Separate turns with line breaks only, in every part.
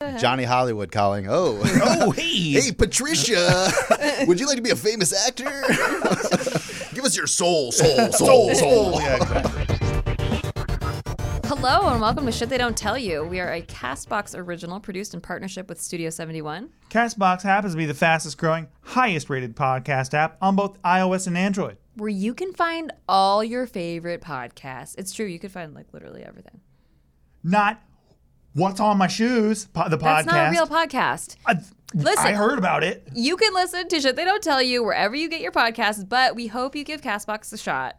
Uh-huh.
Johnny Hollywood calling. Oh,
Oh, hey.
hey, Patricia, would you like to be a famous actor? Give us your soul, soul, soul, soul.
Yeah, exactly.
Hello and welcome to Shit They Don't Tell You. We are a Castbox original produced in partnership with Studio 71.
Castbox happens to be the fastest growing, highest rated podcast app on both iOS and Android.
where you can find all your favorite podcasts. It's true, you could find like literally everything.
Not What's on My Shoes, po- the podcast.
That's not a real podcast.
I,
Listen.
I heard about it.
You can listen to shit they don't tell you wherever you get your podcasts, but we hope you give Castbox a shot.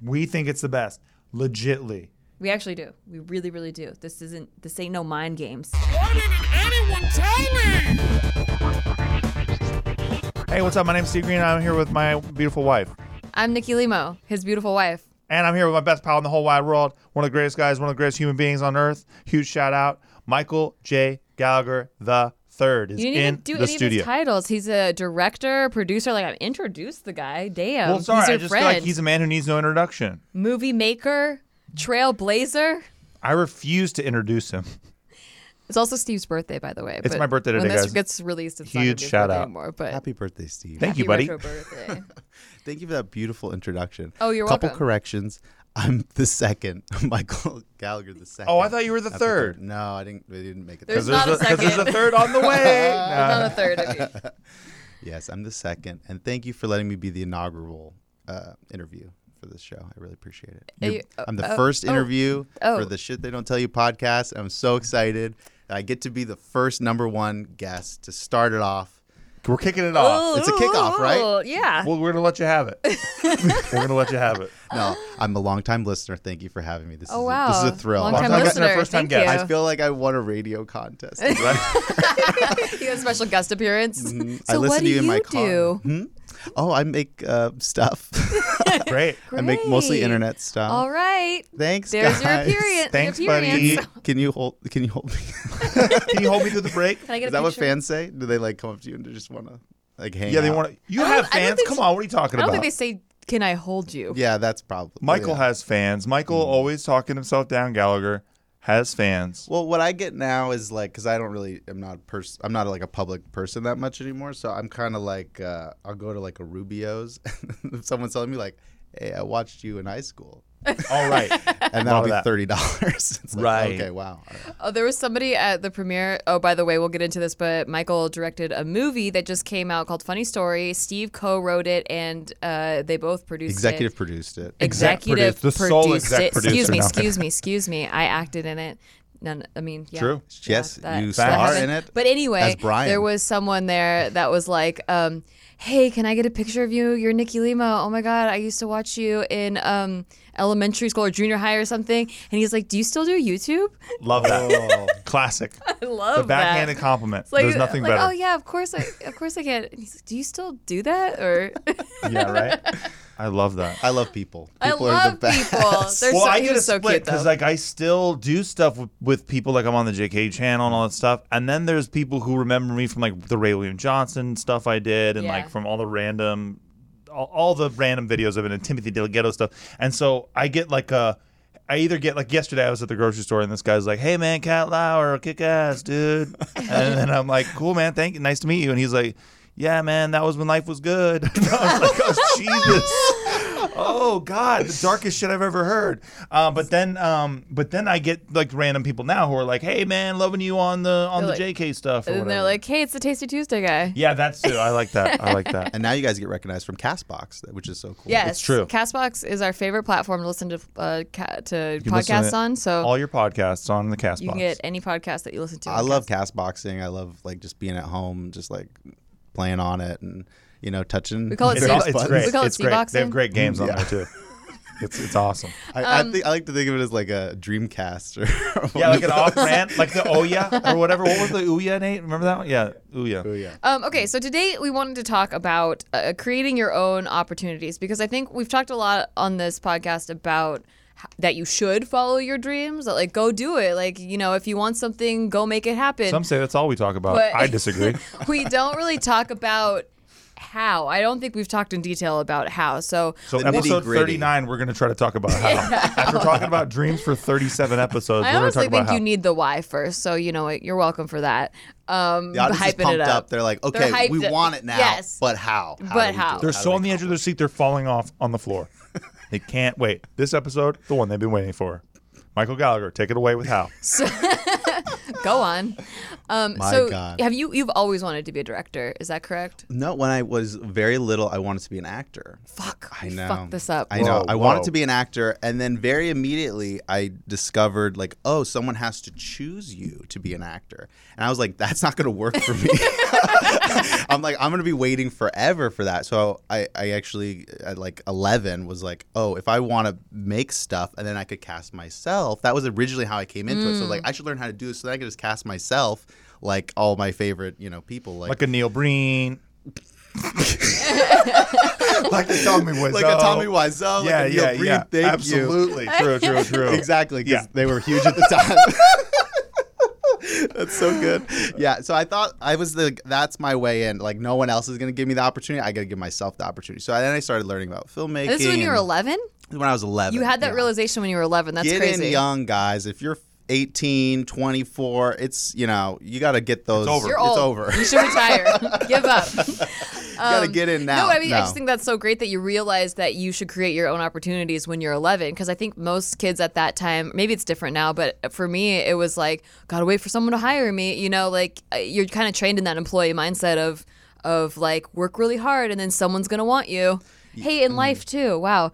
We think it's the best. Legitly.
We actually do. We really, really do. This isn't this ain't no mind games.
Hey, what's up? My name's Steve Green. I'm here with my beautiful wife.
I'm Nikki Limo, his beautiful wife.
And I'm here with my best pal in the whole wide world, one of the greatest guys, one of the greatest human beings on earth. Huge shout out, Michael J. Gallagher the third is
You didn't
in
even do
the
any of
studio.
his titles. He's a director, producer. Like I introduced the guy. Damn.
well, sorry,
he's your
I just
friend.
feel like he's a man who needs no introduction.
movie maker, trailblazer.
I refuse to introduce him.
It's also Steve's birthday, by the way.
It's
but
my birthday
when
today,
this
guys.
gets released, it's not
Huge
gonna be his
shout
birthday
out.
anymore. But
Happy birthday, Steve.
Thank you,
Happy
buddy.
retro birthday.
Thank you for that beautiful introduction.
Oh, you're
Couple
welcome.
corrections. I'm the second, Michael Gallagher the second.
Oh, I thought you were the
Not
third.
No, I didn't. They didn't make it.
There's
That.
not a
Because there's
second.
a third on the way.
Not a
Nah.
third of you.
Yes, I'm the second, and thank you for letting me be the inaugural uh, interview for this show. I really appreciate it.
Are
You-
you- oh,
I'm the
oh,
first
oh,
interview
oh.
for the shit they don't tell you podcast. I'm so excited. I get to be the first number one guest to start it off.
We're kicking it off.
it's a kickoff, right?
Ooh, Yeah.
Well, we're going to let you have it. we're going to let you have it.
No, I'm a longtime listener. Thank you for having me. This
Oh
is
wow.
a, this is a thrill.
Long time
Long-time
listener,
listener, first-time
Thank
guest.
I feel like I won a radio contest.
you. you had a special guest appearance.
Mm-hmm. I
So
listen
what
to
do
you in my car.
do?
Hmm? Oh, I make uh, stuff.
Great.
I make mostly
Great.
internet stuff.
All right.
Thanks,
There's your
guys.
appearance.
Thanks,
your
buddy.
appearance.
Can you hold? Can you hold me?
Can you hold me through the break?
Can I get
Is
a
that what
picture?
fans say? Do they like come up to you and just want to like hang?
Yeah, they
out?
want to. You
I don't-
have
I don't
fans?
think
Come
so.
on, what are you talking
I don't
about?
think they say, "Can I hold you?"
Yeah, that's probably
Michael
yeah.
has fans. Michael, always talking himself down, Gallagher, has fans.
Well, what I get now is like because I don't really am not a person. I'm not like a public person that much anymore. So I'm kind of like uh, I'll go to like a Rubio's. if someone's telling me like, "Hey, I watched you in high school,"
All right.
and that'll
Love
be
that.
thirty dollars. It's like,
Right.
Okay. Wow. all right.
Oh, there was somebody at the premiere. Oh, by the way, we'll get into this, but Michael directed a movie that just came out called Funny Story. Steve co-wrote it, and uh, they both produced
Executive
it.
produced it.
Exec
Executive
produced- the sole
produced
exec
it. Excuse
producer
me,
now.
excuse me, excuse me. I acted in it. None. I mean, yeah,
True.
yeah,
Yes,
that-
you
that
star
happened.
in it
But anyway,
as Brian.
there was someone there that was like, um, "Hey, can I get a picture of you? You're Nikki Lima. Oh my God, I used to watch you in um, elementary school or junior high or something." And he's like, "Do you still do YouTube?"
Love that. Classic.
I love
The backhanded compliment.
It's like-
There's nothing
like,
better.
Oh yeah, of course I, of course I can. And he's like, do you still do that? Or
yeah, right? I love that.
I love people.
I
People are the
love
best.
people. They're
well,
so,
I
he
get a
was so
split
cute though.
because like I still do stuff with, with people like I'm on the JK channel and all that stuff, and then there's people who remember me from like the Ray William Johnson stuff I did, and
Yeah.
like from all the random, all, all the random videos of it and Timothy Delgado stuff, and so I get like a. I either get like yesterday I was at the grocery store and this guy's like, "Hey man, Cat Lauer, kick ass, dude," and then I'm like, "Cool man, thank you, nice to meet you," and he's like, "Yeah man, that was when life was good." And I was like, "Oh Jesus." oh god the darkest shit i've ever heard uh, but then um, but then i get like random people now who are like hey man loving you on the on
They're
the
like-
jk stuff or
and then
whatever.
they're like, hey, it's the Tasty Tuesday guy.
yeah that's too i like that i like that
And now you guys get recognized from Castbox, which is so cool.
Yes,
true.
Castbox is our favorite platform to listen to uh, ca- to
can listen
podcasts
to
on. So
all your podcasts on the cast
you can
box
get any podcast that you listen to.
I
on
love cast boxing. I love like just being at home, just like playing on it and you know touching.
We call it
it's,
Sea-
all-
Seabox.
it's great
We call it
it's great they
Seaboxing.
have great games on there too it's, it's awesome
I, Um,
um,
I, think, I like to think of it as like a Dreamcast or
yeah like an off-brand like the ouya or whatever what was the ouya nate remember that one yeah ouya
yeah.
Um, okay, so today we wanted to talk about uh, creating your own opportunities because I think we've talked a lot on this podcast about h- that you should follow your dreams, that, like go do it. Like, you know, if you want something, go make it happen.
some say that's all we talk about
But-
i disagree
we don't really talk about how. I don't think we've talked in detail about how. So
So
The
episode
nitty-gritty.
39, we're going to try to talk about how. After talking about dreams for 37 episodes,
I
we're going to talk
honestly
about
think
how.
you need the why first. So you know what? You're welcome for that. Um,
The audience is
hyping
pumped
it
up.
up.
They're like,
They're
okay, we
hyped.
want it now.
Yes.
But how? How
But
do we do
how?
it?
They're
do
so
we
on the edge of their seat, they're falling off on the floor. they can't wait. This episode, the one they've been waiting for. Michael Gallagher, take it away with how.
Go on. Um,
My
so
God.
have you? You've always wanted to be a director. Is that correct?
No, when I was very little, I wanted to be an actor.
Fuck.
I
we
know.
Fucked this up.
I know.
Whoa,
I wanted
whoa.
to be an actor, and then very immediately I discovered like, oh, someone has to choose you to be an actor, and I was like, that's not going to work for me. I'm like, I'm going to be waiting forever for that. So I, I actually at like 11 was like, oh, if I want to make stuff and then I could cast myself. That was originally how I came into it. So
Mm.
like, I should learn how to do this so that I could just cast myself. Like all my favorite, you know, people
Like a Neil Breen. like a Tommy Wiseau.
like a Tommy Wiseau,
yeah,
like a Neil
yeah,
Breen.
yeah.
Thank you.
Absolutely. True, true, true.
Exactly, 'cause
Yeah.
they were huge at the time. that's so good. Yeah, so I thought I was the that's my way in. Like no one else is going to give me the opportunity. I got to give myself the opportunity. So then I started learning about filmmaking.
This is when you were
and-
11.
when I was 11.
You had that
yeah.
realization when you were 11. That's
Get
crazy.
in young guys. If you're 18, 24, it's, you know, you got to get those
over.
You're old.
over.
You should retire. Give up.
gotta
Um,
get in now.
No, I mean, I
No.
just think that's so great that you realize that you should create your own opportunities when you're 11. Because I think most kids at that time, maybe it's different now, but for me, it was like, gotta wait for someone to hire me. You know, like uh, you're kind of trained in that employee mindset of, of like work really hard and then someone's gonna want you. Hey,
mm-hmm.
in life too. Wow.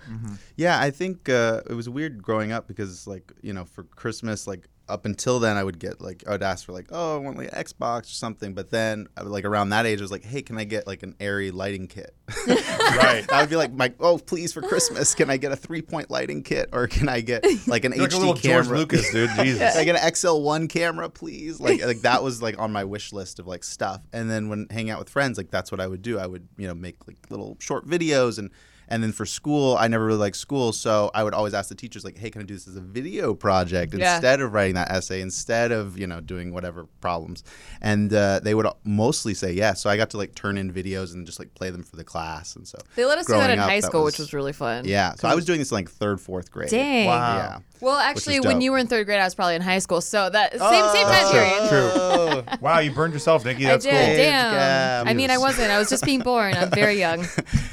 Yeah, I think uh, it was weird growing up because, like, you know, for Christmas, like up until then, I would get like I would ask for like, oh, I want like an Xbox or something. But then, I would- like around that age, I was like, hey, can I get like an Airy lighting kit?
Right.
I would be like, my oh, please for Christmas, can I get a three point lighting kit or can I get like an
You're like
HD
a little
camera?
George Lucas, dude. Jesus.
Can I get an XL1 camera, please? Like, like that was like on my wish list of like stuff. And then when hanging out with friends, like that's what I would do. I would you know make like little short videos and and then for school, I never really liked school, so I would always ask the teachers like, "Hey, can I do this as a video project
Yeah.
instead of writing that essay, instead of you know doing whatever problems?" And uh, they would mostly say yes. So I got to like turn in videos and just like play them for the class, and so
They let us do
growing
that in
up,
high
that
school, which was really fun.
yeah. So I was doing this in like third, fourth grade.
Dang.
Wow.
Yeah.
Well, actually,
dope. Oh,
when you were in third grade, I was probably in high school. So that same same time period.
True. Wow, you burned yourself, Nikki.
I
That's
did.
cool.
Age
Damn.
gap.
I mean, I wasn't. I was just being born. I'm very young.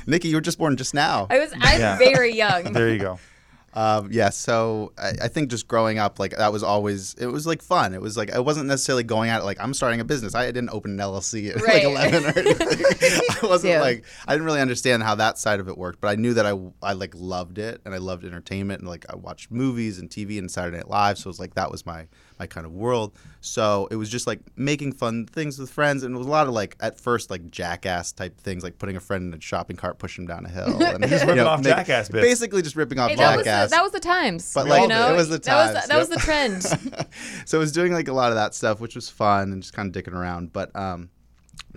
Nikki, you were just born just now.
I was. I'm
Yeah.
very young.
There you go.
Um, yeah, so I, I think just growing up, like that was always it was like fun. It was like I wasn't necessarily going at it like I'm starting a business. I didn't open an LLC at
Right.
like 11 or anything. I wasn't
Yeah.
like I didn't really understand how that side of it worked, but I knew that I I like loved it and I loved entertainment and like I watched movies and TV and Saturday Night Live. So it was like that was my my kind of world. So it was just like making fun things with friends and it was a lot of like at first like jackass type things, like putting a friend in a shopping cart, pushing him down a hill, and just
ripping off Jackass bits.
basically just ripping off
Hey, that was the,
jackass.
that was the times.
But,
you
like,
know?
it was the
That was
times,
that was
yep. Um,
the trend.
so I was doing like a lot of that stuff, which was fun and just kind of dicking around. But um,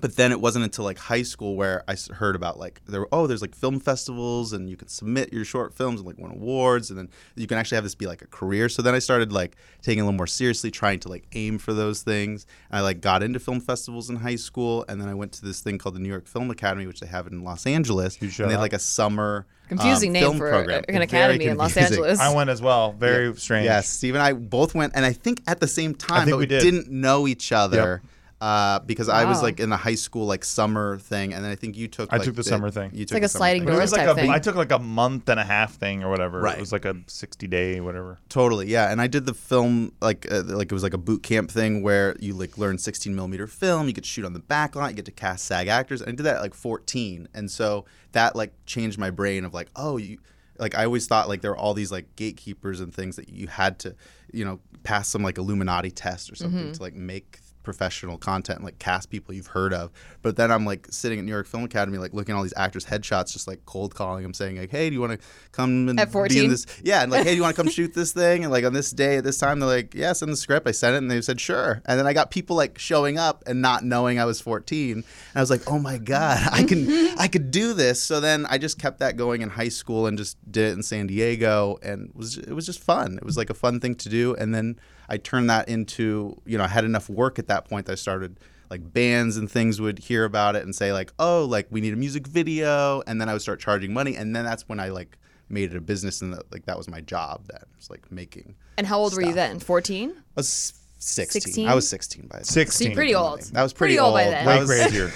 but then it wasn't until like high school where I s- heard about like there were, oh there's like film festivals and you can submit your short films and like win awards and then you can actually have this be like a career. So then I started like taking it a little more seriously, trying to like aim for those things. And I like got into film festivals in high school, and then I went to this thing called the New York Film Academy, which they have in Los Angeles, and
Huge
they had
shout-out.
like a summer
Confusing
um,
name
film
for
program.
an
Very
academy in Los
confusing.
Angeles.
I went as well. Very strange.
Yes, Steve and I both went, and I think at the same time,
think
but
we
we
did.
didn't know each other. Uh, because I was
Wow.
like in the high school like summer thing, and then I think you took.
I
like,
took the summer thing.
You
It's
took
like
the
a
summer
sliding
thing.
But it was
Doors
like
type
a,
thing.
I took like a month and a half thing or whatever.
Right.
It was like a 60 day whatever.
Totally, yeah. And I did the film like uh, like it was like a boot camp thing where you like learn 16 millimeter film. You get to shoot on the back lot. You get to cast SAG actors. And I did that at like 14, and so that like changed my brain of like, oh, you like I always thought like there were all these like gatekeepers and things that you had to, you know, pass some like Illuminati test or something to like make professional content and like cast people you've heard of. But then I'm like sitting at New York Film Academy, like looking at all these actors' headshots, just like cold calling them, saying like, "Hey, do you want to come and
At
be
14?
in this yeah, and like, hey, do you want to come shoot this thing? And like on this day at this time, they're like, yeah, send the script. I sent it, and they said sure. And then I got people like showing up and not knowing I was 14, and I was like, oh my god, I can, I could do this. So then I just kept that going in high school and just did it in San Diego, and was it was just fun. It was like a fun thing to do, and then I turned that into, you know, I had enough work at that point that I started like bands and things would hear about it and say like, "Oh, like we need a music video," and then I would start charging money, and then that's when I like made it a business, and that, like that was my job. That was like making.
And how old were you
Stop.
then? 14?
I was 16.
16?
I was 16 by then.
So
16.
you're pretty old.
That was pretty,
old, by
That
then.
Late
was-
grade year.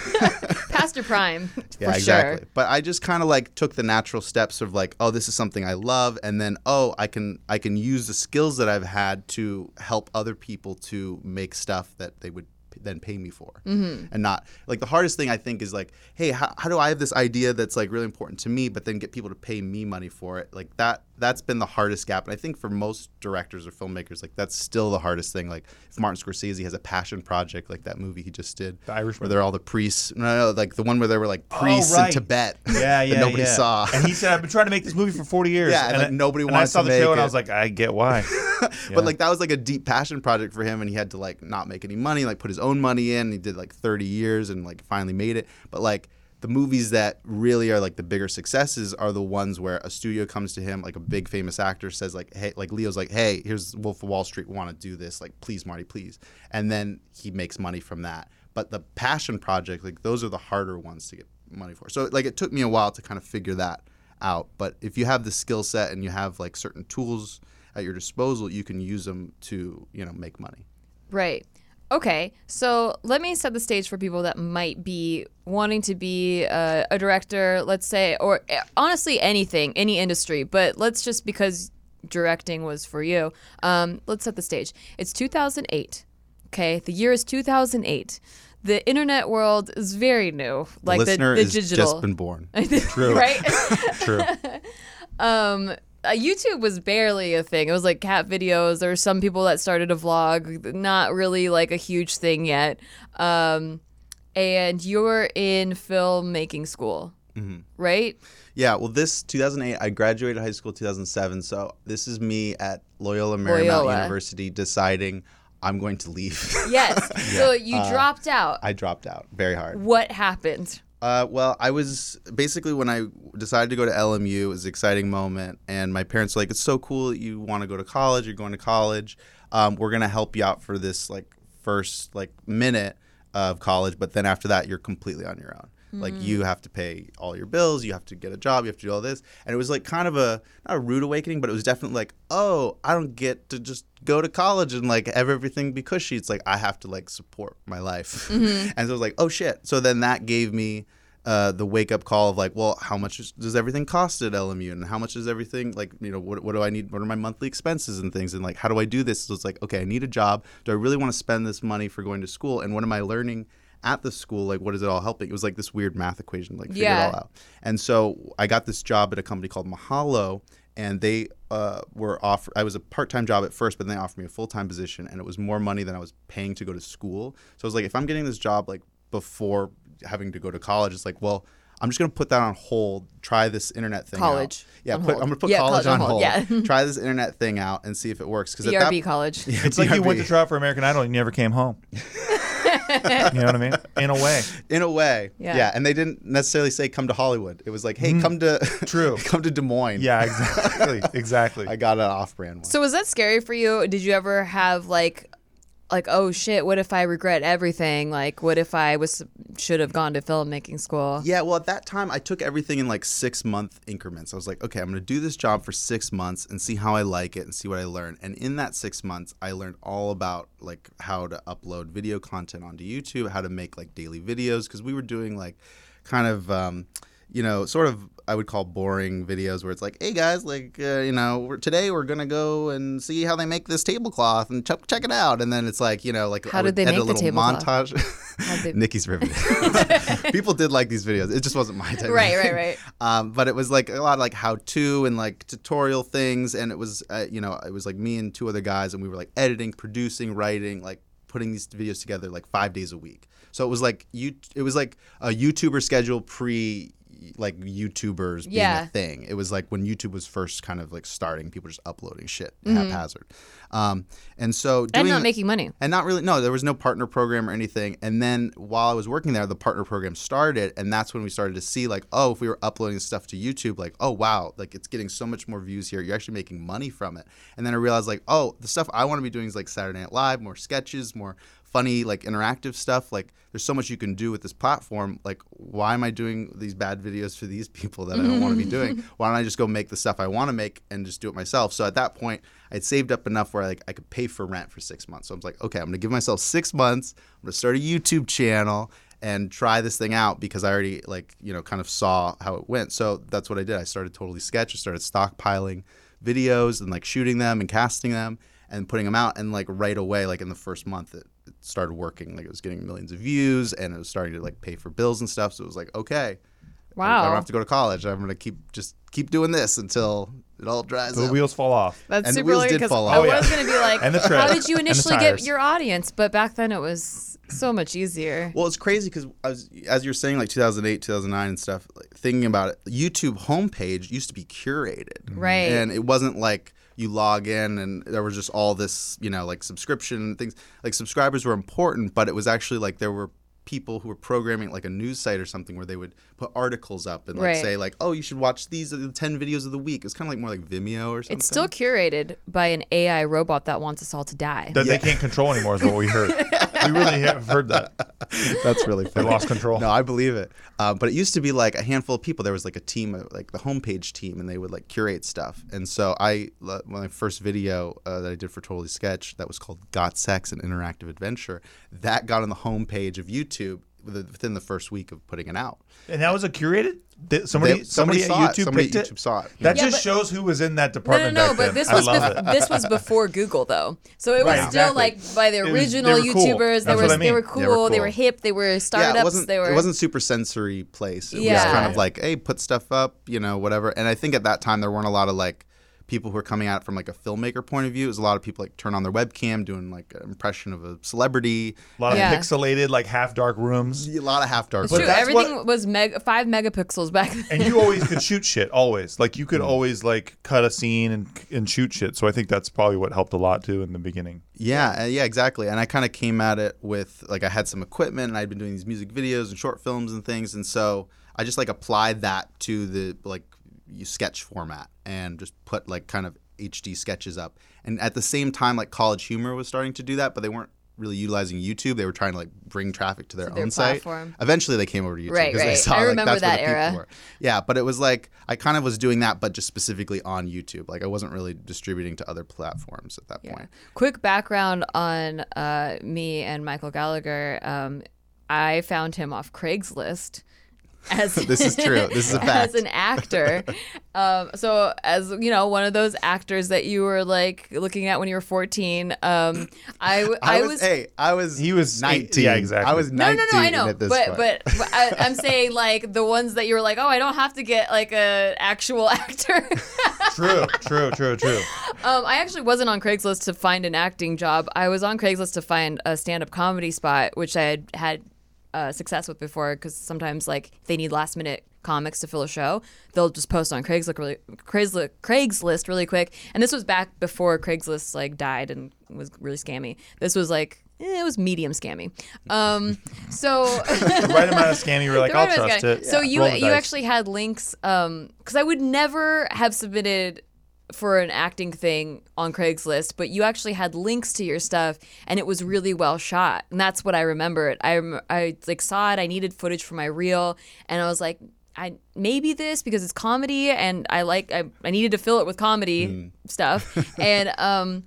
Past your prime,
Yeah,
for
exactly.
sure.
But I just kind of like took the natural steps of like, oh, this is something I love, and then oh, I can I can use the skills that I've had to help other people to make stuff that they would p- then pay me for, mm-hmm. and not like the hardest thing I think is like, hey, how, how do I have this idea that's like really important to me, but then get people to pay me money for it? Like that that's been the hardest gap, and I think for most directors or filmmakers, like that's still the hardest thing. Like if Martin Scorsese has a passion project, like that movie he just did,
The Irishman.
where they're all the priests. No, no, like the one where they were like priests
Oh, right.
in Tibet.
Yeah,
that
yeah,
nobody
yeah.
saw.
And he said, "I've been trying to make this movie for 40 years."
Yeah, and, like,
I-
nobody
and I
wanted
saw
to
the show,
make
and I
it.
was like, "I get why." Yeah.
But like that was like a deep passion project for him, and he had to like not make any money, like put his own money in. He did like 30 years and like finally made it. But like the movies that really are like the bigger successes are the ones where a studio comes to him, like a big famous actor says like, hey, like Leo's like, hey, here's Wolf of Wall Street, want to do this, like please, Marty, please, and then he makes money from that. But the passion project, like those are the harder ones to get money for. So like it took me a while to kind of figure that out. But if you have the skill set and you have like certain tools at your disposal, you can use them to you know make money.
Right. Okay. So let me set the stage for people that might be wanting to be uh, a director, let's say, or eh, honestly anything, any industry, but let's just because directing was for you, um, let's set the stage. It's 2008. Okay. The year is 2008. The internet world is very new. Like the,
listener
the
has
digital.
just been born.
True.
right?
True.
um uh, YouTube was barely a thing. It was like cat videos. There were some people that started a vlog, not really like a huge thing yet. Um, and you're in filmmaking school, right?
Mm-hmm. Yeah. Well, this 2008, I graduated high school 2007, so this is me at Loyola Marymount
Loyola.
University deciding I'm going to leave.
Yes. So you dropped out.
Uh, I dropped out very hard.
what happened?
Uh, well, I was basically when I decided to go to LMU, it was an exciting moment. And my parents were like, it's so cool that you want to go to college. You're going to college. Um, we're going to help you out for this like first like minute of college. But then after that, you're completely on your own. Like you have to pay all your bills, you have to get a job, you have to do all this, and it was like kind of a not a rude awakening, but it was definitely like, oh, I don't get to just go to college and like have everything be cushy. It's like I have to like support my life, and so it was like, oh shit. So then that gave me uh, the wake up call of like, well, how much is, does everything cost at LMU, and how much is everything like, you know, what, what do I need? What are my monthly expenses and things, and like, how do I do this? So it's like, okay, I need a job. Do I really want to spend this money for going to school, and what am I learning at the school? Like, what is it all helping? It was like this weird math equation, like figure
Yeah.
it all out. And so I got this job at a company called Mahalo, and they uh, were offer. I was a part time job at first, but then they offered me a full time position, and it was more money than I was paying to go to school. So I was like, if I'm getting this job like before having to go to college, it's like, well, I'm just gonna put that on hold. Try this internet thing. out.
College
Yeah,
on
put, I'm
hold.
gonna put
Yeah,
college, on hold.
yeah.
try this internet thing out and see if it works. Because at
BRB
that E
college.
It's like you went to
BRB.
try out for American Idol and you never came home. you know what I mean? In a way.
in a way,
Yeah.
yeah. And they didn't necessarily say come to Hollywood. It was like, hey, come to
Mm-hmm. True.
come to Des Moines.
Yeah, exactly. Exactly.
I got an off-brand one.
So was that scary for you? Did you ever have like, like oh shit, what if I regret everything? Like what if I was should have gone to filmmaking school?
Yeah, well, at that time, I took everything in like six month increments. I was like, okay, I'm going to do this job for six months and see how I like it and see what I learn. And in that six months, I learned all about like how to upload video content onto YouTube, how to make like daily videos, because we were doing like kind of, um, you know, sort of I would call boring videos where it's like, hey guys, like, uh, you know, we're, today we're going to go and see how they make this tablecloth and check check it out. And then it's like, you know, like,
How
I
did
would
they
edit
make
a
the
little
tablecloth?
montage.
they-
Nikki's riveted. People did like these videos. It just wasn't my type. of
Right, right,
thing.
right.
Um, but it was like a lot of like how to and like tutorial things, and it was uh, you know it was like me and two other guys, and we were like editing, producing, writing, like putting these videos together like five days a week. So it was like you it was like a YouTuber schedule pre like YouTubers being
Yeah.
a thing. It was like when YouTube was first kind of like starting, people just uploading shit
Mm-hmm.
haphazard. Um, and so doing
And not
the-
making money.
and not really no there was no partner program or anything and then while i was working there the partner program started and that's when we started to see like oh if we were uploading stuff to youtube like oh wow like it's getting so much more views here you're actually making money from it and then i realized like oh the stuff i want to be doing is like saturday night live more sketches more funny like interactive stuff like there's so much you can do with this platform like why am i doing these bad videos for these people that i don't want to be doing why don't i just go make the stuff i want to make and just do it myself so at that point i'd saved up enough where like i could pay for rent for six months so i was like okay i'm gonna give myself six months i'm gonna start a youtube channel and try this thing out because I already like you know kind of saw how it went. So that's what I did. I started totally sketch. I started stockpiling videos and like shooting them and casting them and putting them out. And like right away, like in the first month, it, it started working. Like it was getting millions of views and it was starting to like pay for bills and stuff. So it was like okay, I don't
Wow.
have to go to college. I'm gonna keep just keep doing this until it all dries
The
up.
wheels fall off.
That's
And the
super
wheels
lame
did
'cause
fall
I
off.
was gonna be like,
Oh, And the tread.
how did you
And the
initially
tires.
get your audience? But back then it was so much easier.
Well, it's crazy because as you're saying, like 2008, 2009, and stuff. Like, thinking about it, YouTube homepage used to be curated,
Mm-hmm. Right.
And it wasn't like you log in and there was just all this, you know, like subscription things. Like subscribers were important, but it was actually like there were people who were programming like a news site or something where they would put articles up and like
Right.
say like, oh, you should watch these are the ten videos of the week. It was kind of like more like Vimeo or something.
It's still curated by an AI robot that wants us all to die.
That they can't control anymore is what we heard. we really have heard that.
That's really
They
funny.
lost control.
Oh.
No, I believe it. Uh, but it used to be like a handful of people. There was like a team, uh, like the homepage team, and they would like curate stuff. And so I, l- my first video uh, that I did for Totally Sketch that was called "Got Sex: An Interactive Adventure," that got on the homepage of YouTube with- within the first week of putting it out.
And that was a curated? Th-
They-
Somebody, somebody,
saw
at YouTube
it. Somebody
picked
at YouTube
it?
saw it.
That
Yeah,
just
but-
shows who was in that
No, no,
department
no!
back
But
then.
this
I
was
love
bef-
it.
this was before Google, though. So it was
Right,
still
exactly.
like by the
was- they
original
were cool.
YouTubers. They
That's
were,
what I
they were
mean.
cool.
They
They
were
were,
cool.
hip. They were startups.
Yeah, it wasn't,
they were.
it wasn't super sensory place. It was
Yeah.
kind of like, hey, put stuff up, you know, whatever. And I think at that time there weren't a lot of like people who were coming at it from like a filmmaker point of view. It was a lot of people like turn on their webcam, doing like an impression of a celebrity.
A lot of
Yeah.
pixelated, like half dark rooms.
A lot of half dark.
It's
stuff.
true.
that's
Everything was meg- five megapixels back then.
And you always could shoot shit, always. Like you could
Mm.
always like cut a scene and and shoot shit. So I think that's probably what helped a lot too in the beginning.
Yeah, uh, yeah, exactly. And I kind of came at it with like I had some equipment and I'd been doing these music videos and short films and things, and so I just like applied that to the like you sketch format and just put like kind of HD sketches up. And at the same time, like College Humor was starting to do that, but they weren't really utilizing YouTube. They were trying to like bring traffic to their
their
own site.
platform.
Eventually, they came over to YouTube
Right,
because they
right.
saw
I
like,
remember
that's where
that
the people
era.
were. Yeah, but it was like I kind of was doing that, but just specifically on YouTube. Like I wasn't really distributing to other platforms at that point.
Quick background on uh, me and Michael Gallagher. Um, I found him off Craigslist. As
This is true. This is a fact.
As an actor, um, so as you know, one of those actors that you were like looking at when you were fourteen. Um, I, w-
I,
I
was, hey, I was
He was-
nineteen.
yeah, exactly.
I was
no,
nineteen
no, no, I know,
at this
but,
point.
but but I, I'm saying like the ones that you were like, oh, I don't have to get like a actual actor.
True, true, true, true.
Um, I actually wasn't on Craigslist to find an acting job. I was on Craigslist to find a stand-up comedy spot, which I had had uh, success with before. Because sometimes, like, if they need last-minute comics to fill a show, they'll just post on Craigslist really, Craigslist, Craigslist really quick. And this was back before Craigslist like died and was really scammy. This was like. eh, It was medium scammy, um, so
The right amount of scam, you were like,
The
I'll
right amount of
trust
scam.
it.
So you
Roll the
you
dice.
actually had links um because I would never have submitted for an acting thing on Craigslist, but you actually had links to your stuff, and it was really well shot, and that's what I remembered. I rem- I like saw it. I needed footage for my reel, and I was like. I maybe this because it's comedy and I like I, I needed to fill it with comedy
Hmm.
stuff and um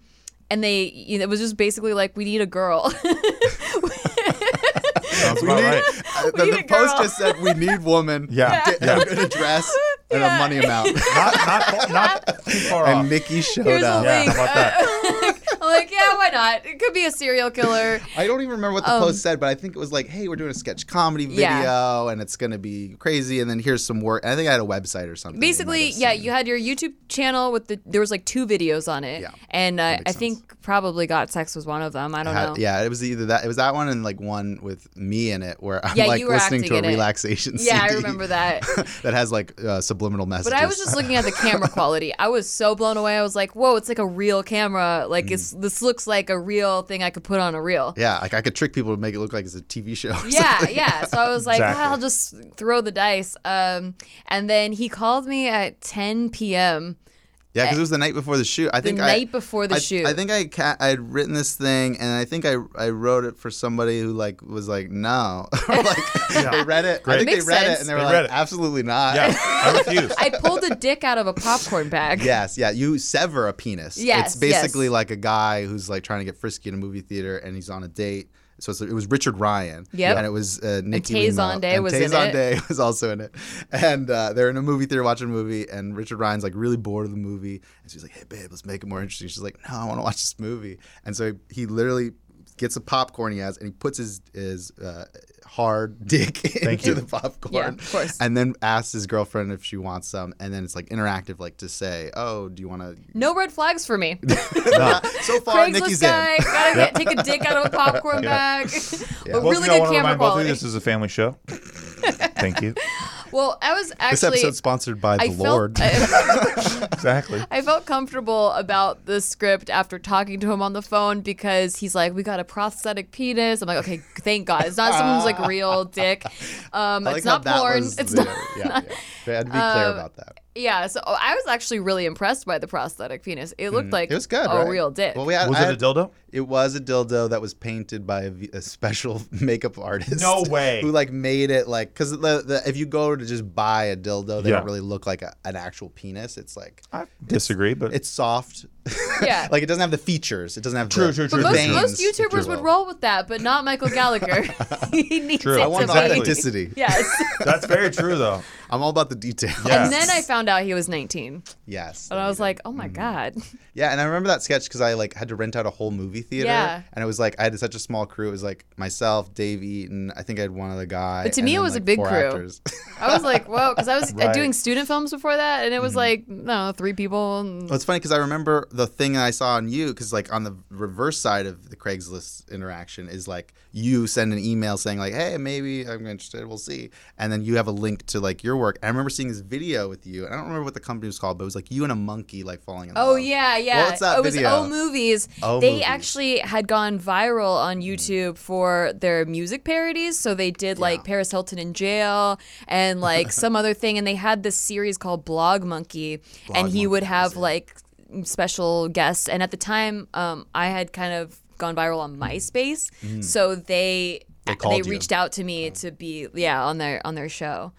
and they you know, it was just basically like we need a girl
Sounds
we
about
need,
right.
uh, the,
need
the
a girl.
post just said we need woman.
Yeah,
Get
yeah.
a good address and
Yeah.
a money amount.
Not, not, fa- not too far
and
off.
Mickey showed
Here's a
up.
Yeah, how
link.
about that?
I'm like, yeah, why not? It could be a serial killer.
I don't even remember what the post said, but I think it was like, "Hey, we're doing a sketch comedy video,
Um, Yeah.
and it's gonna be crazy." And then here's some work. And I think I had a website or something. you might
Basically,
have
yeah,
seen.
you had your YouTube channel with the there was like two videos on it,
Yeah,
and uh, I
makes
think probably got sex was one of them. I don't
Had-
know.
yeah, it was either that it was that one and like one with me in it where I'm
Yeah,
like
you were
listening
acting
to a
in it.
relaxation
Yeah, I
CD
remember that.
that has like uh, subliminal messages.
But I was just looking at the camera quality. I was so blown away. I was like, "Whoa, it's like a real camera. Like it's this looks like a real thing I could put on a reel."
Mm. Yeah, like I could trick people to make it look like it's a TV show. or
Yeah, yeah. So I was like,
Exactly.
"Ah, I'll just throw the dice. Um, and then he called me at 10 p.m.
Yeah, because it was the night before the shoot. I
the
think I,
night before the
I,
shoot.
I think I ca- I had written this thing, and I think I I wrote it for somebody who like was like no, or like they read it. I think
Makes
they read it,
sense.
and they
They
were
read
like
it.
absolutely not.
Yeah, I refuse.
I pulled a dick out of a popcorn bag.
yes, yeah. You sever a penis.
Yes,
it's basically
yes.
like a guy who's like trying to get frisky in a movie theater, and he's on a date. So it's, it was Richard Ryan.
Yep.
And it was uh, Nikki
Tayson Day
and
was in
Tayson
it.
Day was also in it. And uh, they're in a movie theater watching a movie, and Richard Ryan's like really bored of the movie. And she's like, hey, babe, let's make it more interesting. She's like, no, I want to watch this movie. And so he literally gets a popcorn he has and he puts his, his uh, hard dick into
you.
the popcorn
Yeah, of course.
and then asks his girlfriend if she wants some and then it's like interactive like to say oh do you want to
No red flags for me.
so far
Craigslist
nikki's
guy,
in
gotta get, take a dick out of a popcorn bag. But
Both
really
of you, I
good
want to
camera
remind both of you, this is
quality.
a family show. Thank you.
Well, I was
this
actually.
episode's sponsored by
I
the
felt,
lord
I-
Exactly.
I felt comfortable about the script after talking to him on the phone because he's like, "We got a prosthetic penis." I'm like, "Okay, thank God, it's not someone's like real dick. Um,
I like
it's
how
not
that
porn.
was
It's
the-
not." Uh,
yeah, yeah. They had to be clear about that
Yeah, so I was actually really impressed by the prosthetic penis. It looked like
Hmm. it was good
a
right?
real dick.
well we had,
Was
I
it a
had-
dildo?
it was a dildo that was painted by a, v- a special makeup artist
No way.
who like made it like because the, the, if you go to just buy a dildo they
Yeah.
don't really look like a, an actual penis it's like
I disagree, but
it's soft
yeah.
like it doesn't have the features it doesn't have
True,
the
true, true, true,
but most,
veins,
if
most
you
YouTubers would
will.
roll with that, but not Michael Gallagher. he needs
True.
it
I
I
want the
to
Exactly.
be.
authenticity.
Yes.
that's very true though.
I'm all about the details.
Yeah.
And then I found out he was 19,
Yes.
and I was like, "Oh my god!"
yeah, and I remember that sketch because I like had to rent out a whole movie theater.
Yeah.
And it was like I had such a small crew. It was like myself, Dave Eaton. I think I had one other guy.
But to
and
me, it
then,
was a
like,
big
four
crew.
Actors.
I was like, "Whoa!" Because I was uh,
Right.
doing student films before that, and it was like, no, three people. And
Well, it's funny because I remember the thing I saw on you because like on the reverse side of the Craigslist interaction is like you send an email saying like, hey, maybe I'm interested, we'll see, and then you have a link to like your work. And I remember seeing this video with you, and I don't remember what the company was called, but it was like you and a monkey like falling in love.
Oh yeah, yeah.
What's that
it was
video?
O movies.
O
they
Movies.
actually had gone viral on YouTube for their music parodies. So they did like Paris Hilton in jail and like some other thing, and they had this series called Blog Monkey, and he
Monkey,
would have
that's it.
like special guests. And at the time, um, I had kind of gone viral on MySpace, so they
They
they,
called you.
reached out to me to be yeah on their on their show.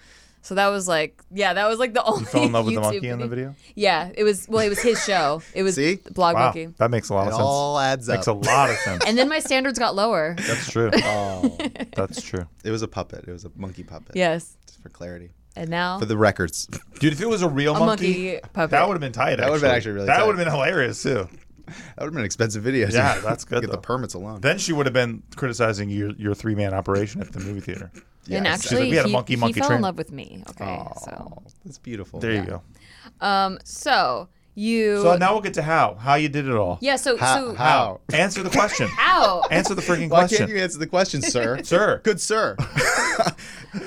So that was like, yeah, that was like the only.
Fell in love with the
YouTube
monkey in the video.
yeah, it was. Well, it was his show. It was
See?
Blog
Wow,
Monkey.
that makes a lot
It
of sense.
all adds up.
Makes a lot of sense.
And then my standards got lower.
That's true.
Oh.
That's true.
It was a puppet. It was a monkey puppet.
Yes.
Just for clarity.
And now
For the records.
Dude, if it was a real
a
monkey,
monkey, puppet.
that would have been tight.
That would've been actually really
That
tight.
would have been hilarious too.
that would have been an expensive video. to
Yeah, that's good,
Get
though.
the permits alone.
Then she would have been criticizing your your three man operation at the movie theater.
and
Yes.
actually,
She's like, "We had a
he-
monkey,
he,
monkey
fell
train."
in love with me. Okay. So,
That's beautiful.
There you go.
um, so you.
So now we'll get to how how you did it all.
yeah. So
How?
so.
how?
Answer the question.
Ow.
Answer the freaking
Why
question.
can't you answer the question, sir?
Sir,
Good sir.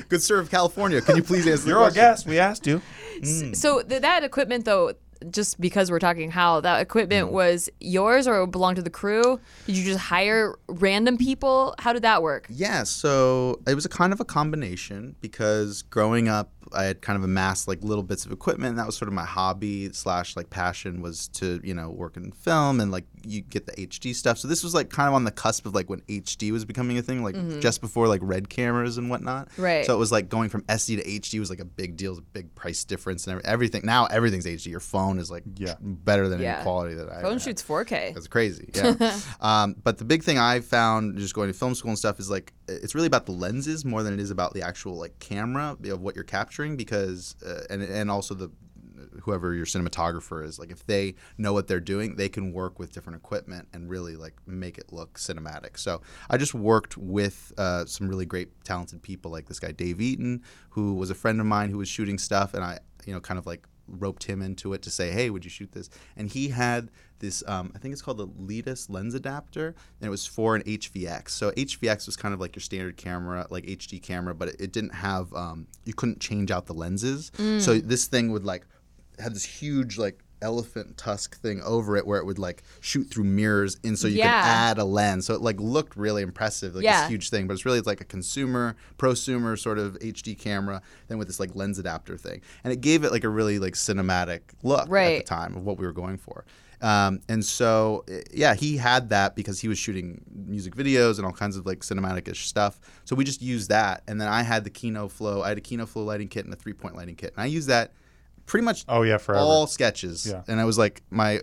good sir of California. Can you please answer
you're
the
our
question?
guest. We asked you. Mm.
So th- that equipment, though, just because we're talking how that
Mm.
equipment was yours or it belonged to the crew? Did you just hire random people? How did that work?
Yeah, so it was a kind of a combination because growing up, I had kind of amassed like little bits of equipment. And that was sort of my hobby slash like passion was to you know work in film and like you get the HD stuff. So this was like kind of on the cusp of like when HD was becoming a thing, like just before like red cameras and whatnot.
Mm-hmm. Right.
So it was like going from SD to HD was like a big deal, it was a big price difference and every- everything. Now everything's HD. Your phone is like
Yeah.
better than
Yeah.
any quality that I ever
Phone
had.
shoots 4K.
That's crazy. Yeah. um, but the big thing I found just going to film school and stuff is like it's really about the lenses more than it is about the actual like camera of what you're capturing because uh, and and also the whoever your cinematographer is like if they know what they're doing they can work with different equipment and really like make it look cinematic so i just worked with uh, some really great talented people like this guy dave eaton who was a friend of mine who was shooting stuff and i you know kind of like roped him into it to say, "Hey, would you shoot this?" And he had this. Um, I think it's called the Letus lens adapter, and it was for an HVX. So HVX was kind of like your standard camera, like HD camera, but it, it didn't have. Um, you couldn't change out the lenses. So this thing would like had this huge like elephant tusk thing over it where it would like shoot through mirrors and so you
Yeah.
could add a lens. So it like looked really impressive, like
Yeah.
this huge thing. But it's really like a consumer, prosumer sort of HD camera, then with this like lens adapter thing. And it gave it like a really like cinematic look at
Right.
the time of what we were going for. Um, and so, i- yeah, he had that because he was shooting music videos and all kinds of like cinematic-ish stuff. So we just used that, and then I had the Kino Flow. I had a Kino Flow lighting kit and a three-point lighting kit, and I used that pretty much
Oh yeah, forever.
all sketches.
Yeah.
And I was like, my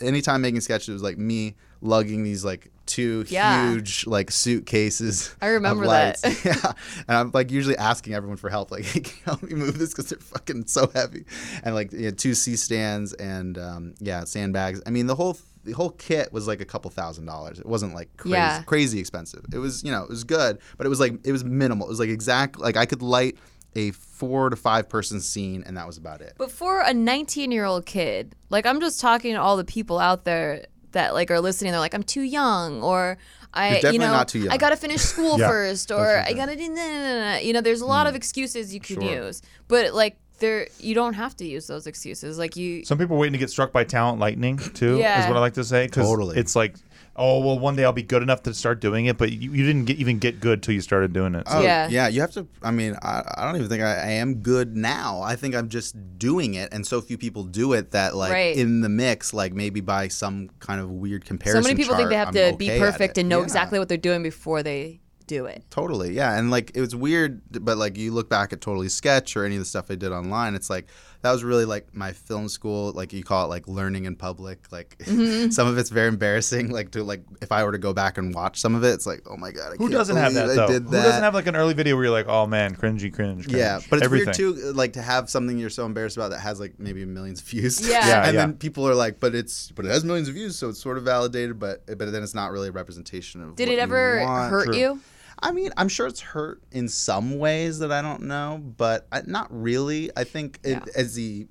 anytime making sketches, it was like me lugging these like two
Yeah.
huge like suitcases.
I remember
of
that.
lights. yeah, and I'm like usually asking everyone for help, like, hey, can you help me move this because they're fucking so heavy. And like you know, two C stands and um, yeah, sandbags. I mean, the whole the whole kit was like a couple thousand dollars. It wasn't like crazy,
Yeah.
crazy expensive. It was you know it was good, but it was like it was minimal. It was like exact like I could light a four to five person scene, and that was about it.
But for a 19 year old kid, like I'm just talking to all the people out there that like are listening. They're like, I'm too young, or I,
definitely
you know,
not too young.
I gotta finish school
Yeah.
first, or I gotta, do- nah, nah, nah. you know, there's a lot of excuses you can
Hmm. Sure.
use. But like there, you don't have to use those excuses. Like you,
Some people are waiting to get struck by talent lightning too. Is
Yeah.
what I like to say. 'cause
Totally.
It's like, oh well, one day I'll be good enough to start doing it, but you, you didn't get, even get good till you started doing it. So.
Oh,
Yeah.
Yeah. You have to. I mean, I, I don't even think I, I am good now. I think I'm just doing it, and so few people do it that like
Right.
in the mix, like maybe by some kind of weird
so
comparison.
many people think they have
chart,
to
I'm
be
okay at
perfect
it.
and know
Yeah.
exactly what they're doing before they do it.
Totally, yeah, and like it was weird, but like you look back at Totally Sketch or any of the stuff I did online, it's like that was really like my film school, like you call it like learning in public. Like
Mm-hmm.
some of it's very embarrassing, like to like if I were to go back and watch some of it, it's like oh my god, I
Who
can't
doesn't have that
believe
though?
I did that.
Who doesn't have like an early video where you're like, oh man, cringy, cringe. cringe.
Yeah, but it's
Everything.
weird too, uh, like to have something you're so embarrassed about that has like maybe millions of views.
Yeah. Yeah,
and
yeah.
then people are like, but it's but it has millions of views, so it's sort of validated, but but then it's not really a representation of.
Did
what
it
you
ever
want.
hurt you?
I mean, I'm sure it's hurt in some ways that I don't know, but I, not really. I think it,
Yeah.
as the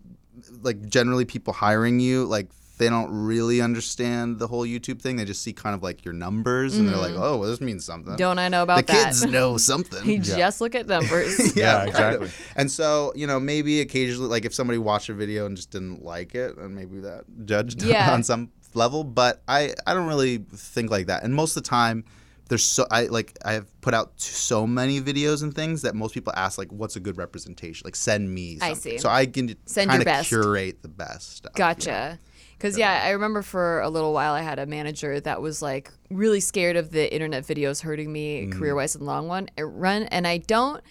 like generally people hiring you like. They don't really understand the whole YouTube thing. They just see kind of like your numbers, and they're like, "Oh, well, this means something."
Mm-hmm. Don't I know
the
about that?
kids know something?
you just look at numbers.
Yeah,
kind
exactly.
of. And so, you know, maybe occasionally, like if somebody watched a video and just didn't like it, and maybe that judged
Yeah.
on some level. But I, I don't really think like that. And most of the time, there's so I like I have put out t- so many videos and things that most people ask like, what's a good representation? Like, send me.
I
Something.
see.
So I can
Send your
kind of
best.
curate the best. Stuff, you know?
Gotcha. Because, yeah, I remember for a little while I had a manager that was like really scared of the internet videos hurting me career wise and long one run. And I don't,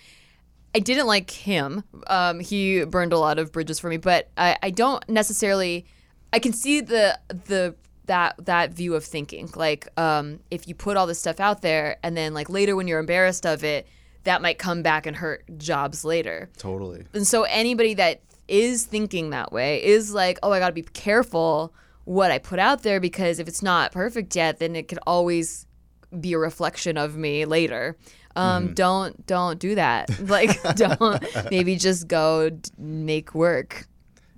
I didn't like him. Um, he burned a lot of bridges for me, but I, I don't necessarily, I can see the, the, that that view of thinking like um, if you put all this stuff out there and then like later when you're embarrassed of it that might come back and hurt jobs later
Totally.
and so anybody that is thinking that way is like, oh, I got to be careful what I put out there because if it's not perfect yet, then it could always be a reflection of me later. Um,
Mm-hmm.
Don't don't do that. Like, don't maybe just go d- make work.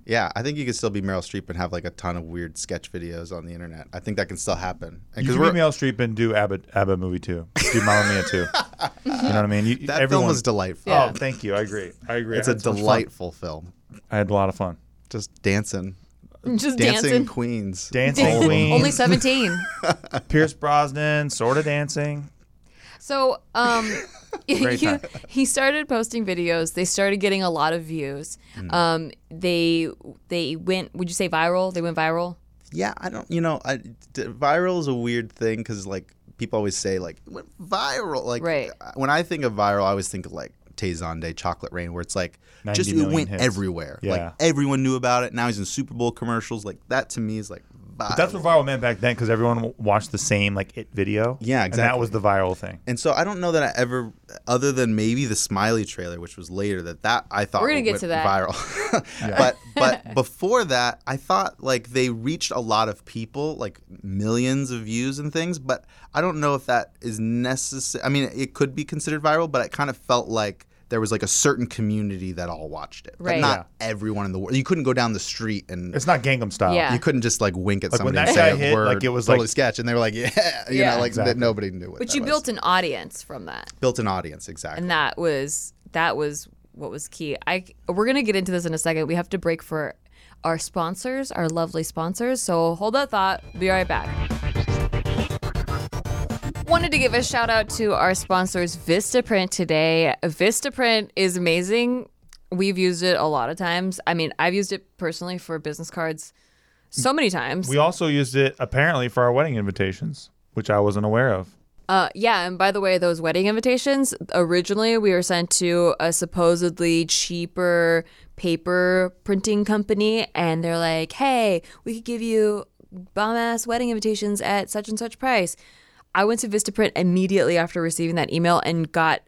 Yeah, I think you could still be Meryl Streep and have like a ton of weird sketch videos on the internet. I think that can still happen.
You
Because
can
we're
read Meryl Streep and do ABBA, ABBA movie too. Do Mamma Mia too. You know what I mean? You,
that
everyone,
film was delightful.
Yeah.
Oh, thank you. I agree. I agree.
It's
I
a
had so much fun.
delightful film.
I had a lot of fun.
Just dancing.
Just
Dancing,
dancing.
Queens.
Dancing Queen,
Only seventeen.
Pierce Brosnan, sort of dancing.
So, um,
Great
you-
time.
he started posting videos. They started getting a lot of views.
Mm.
Um, they they went. Would you say viral? They went viral.
yeah, I don't, you know, I, d- viral is a weird thing because, like, people always say, like, it went viral. Like,
Right.
uh, when I think of viral, I always think of, like, Tay Chocolate Rain, where it's like,
90
just it
million
went
hits.
everywhere.
Yeah.
Like, everyone knew about it. Now he's in Super Bowl commercials. Like, that to me is like viral.
That's what viral meant back then because everyone w- watched the same like it video.
Yeah,
And that
exactly.
was the viral thing.
and so I don't know that I ever, other than maybe the Smiley trailer, which was later, that that I thought
We're gonna get
went
to that.
viral. But but before that, I thought like they reached a lot of people, like millions of views and things. But I don't know if that is necessary. I mean, it could be considered viral, but it kind of felt like there was like a certain community that all watched it, but
Right.
not everyone in the world. You couldn't go down the street and.
It's not Gangnam Style.
Yeah.
you couldn't just like wink at
Like, when
somebody and
that
say
guy
a
hit,
word.
like, it was,
totally
like-
sketch, and they were like, "Yeah," you
Yeah.
know, like that
Exactly.
nobody knew what.
But
that
you
was.
built an audience from that,
built an audience exactly.
and that was that was what was key. I we're gonna get into this in a second. We have to break for our sponsors, our lovely sponsors. So hold that thought. Be right back. Wanted to give a shout out to our sponsors, Vistaprint, today. Vistaprint is amazing. We've used it a lot of times. I mean, I've used it personally for business cards so many times.
We also used it apparently for our wedding invitations, which I wasn't aware of.
Uh, yeah, and by the way, those wedding invitations originally we were sent to a supposedly cheaper paper printing company, and they're like, "Hey, we could give you bomb ass wedding invitations at such and such price." I went to Vistaprint immediately after receiving that email and got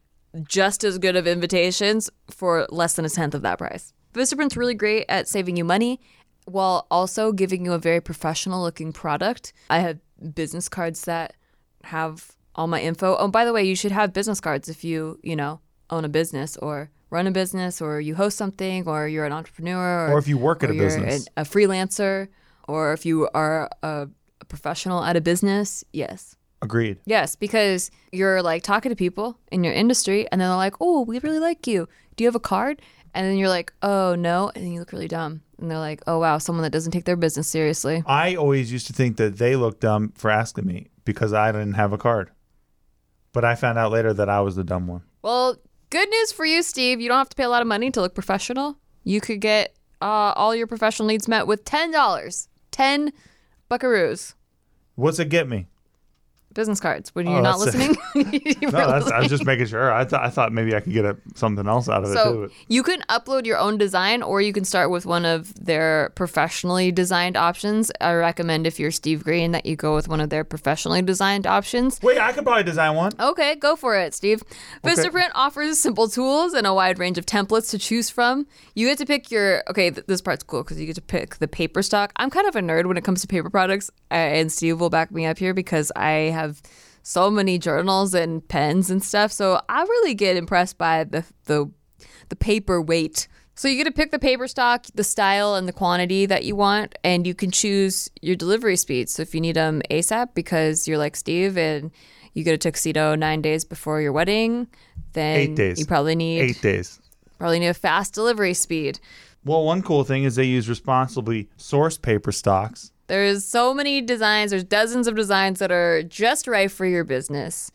just as good of invitations for less than a tenth of that price. Vistaprint's really great at saving you money while also giving you a very professional looking product. I have business cards that have all my info. Oh, by the way, you should have business cards if you, you know, own a business or run a business or you host something or you're an entrepreneur or,
Or if you work at
or
a
you're
business.
an- a freelancer or if you are a, a professional at a business. Yes.
Agreed.
Yes, because you're like talking to people in your industry and then they're like, "Oh, we really like you. Do you have a card?" And then you're like, "Oh, no." And then you look really dumb. And they're like, "Oh, wow, someone that doesn't take their business seriously."
I always used to think that they looked dumb for asking me because I didn't have a card. But I found out later that I was the dumb one.
Well, good news for you, Steve. You don't have to pay a lot of money to look professional. You could get uh, all your professional needs met with $10. 10 buckaroos.
What's it get me?
Business cards. When
Oh,
you're not
that's it.
listening, you
No,
were
that's, I was just making sure. I thought I thought maybe I could get a, something else out of it
So
too.
you can upload your own design, or you can start with one of their professionally designed options. I recommend if you're Steve Green that you go with one of their professionally designed options.
Wait, I could probably design one.
Okay, go for it, Steve. Vistaprint offers simple tools and a wide range of templates to choose from. You get to pick your. Okay, th- this part's cool because you get to pick the paper stock. I'm kind of a nerd when it comes to paper products, uh, and Steve will back me up here because I have so many journals and pens and stuff. So I really get impressed by the the the paper weight. So you get to pick the paper stock, the style, and the quantity that you want, and you can choose your delivery speed. So if you need them ASAP because you're like Steve and you get a tuxedo nine days before your wedding, then
Eight days.
you probably need
Eight days.
probably need a fast delivery speed.
Well, one cool thing is they use responsibly sourced paper stocks.
There's so many designs. There's dozens of designs that are just right for your business.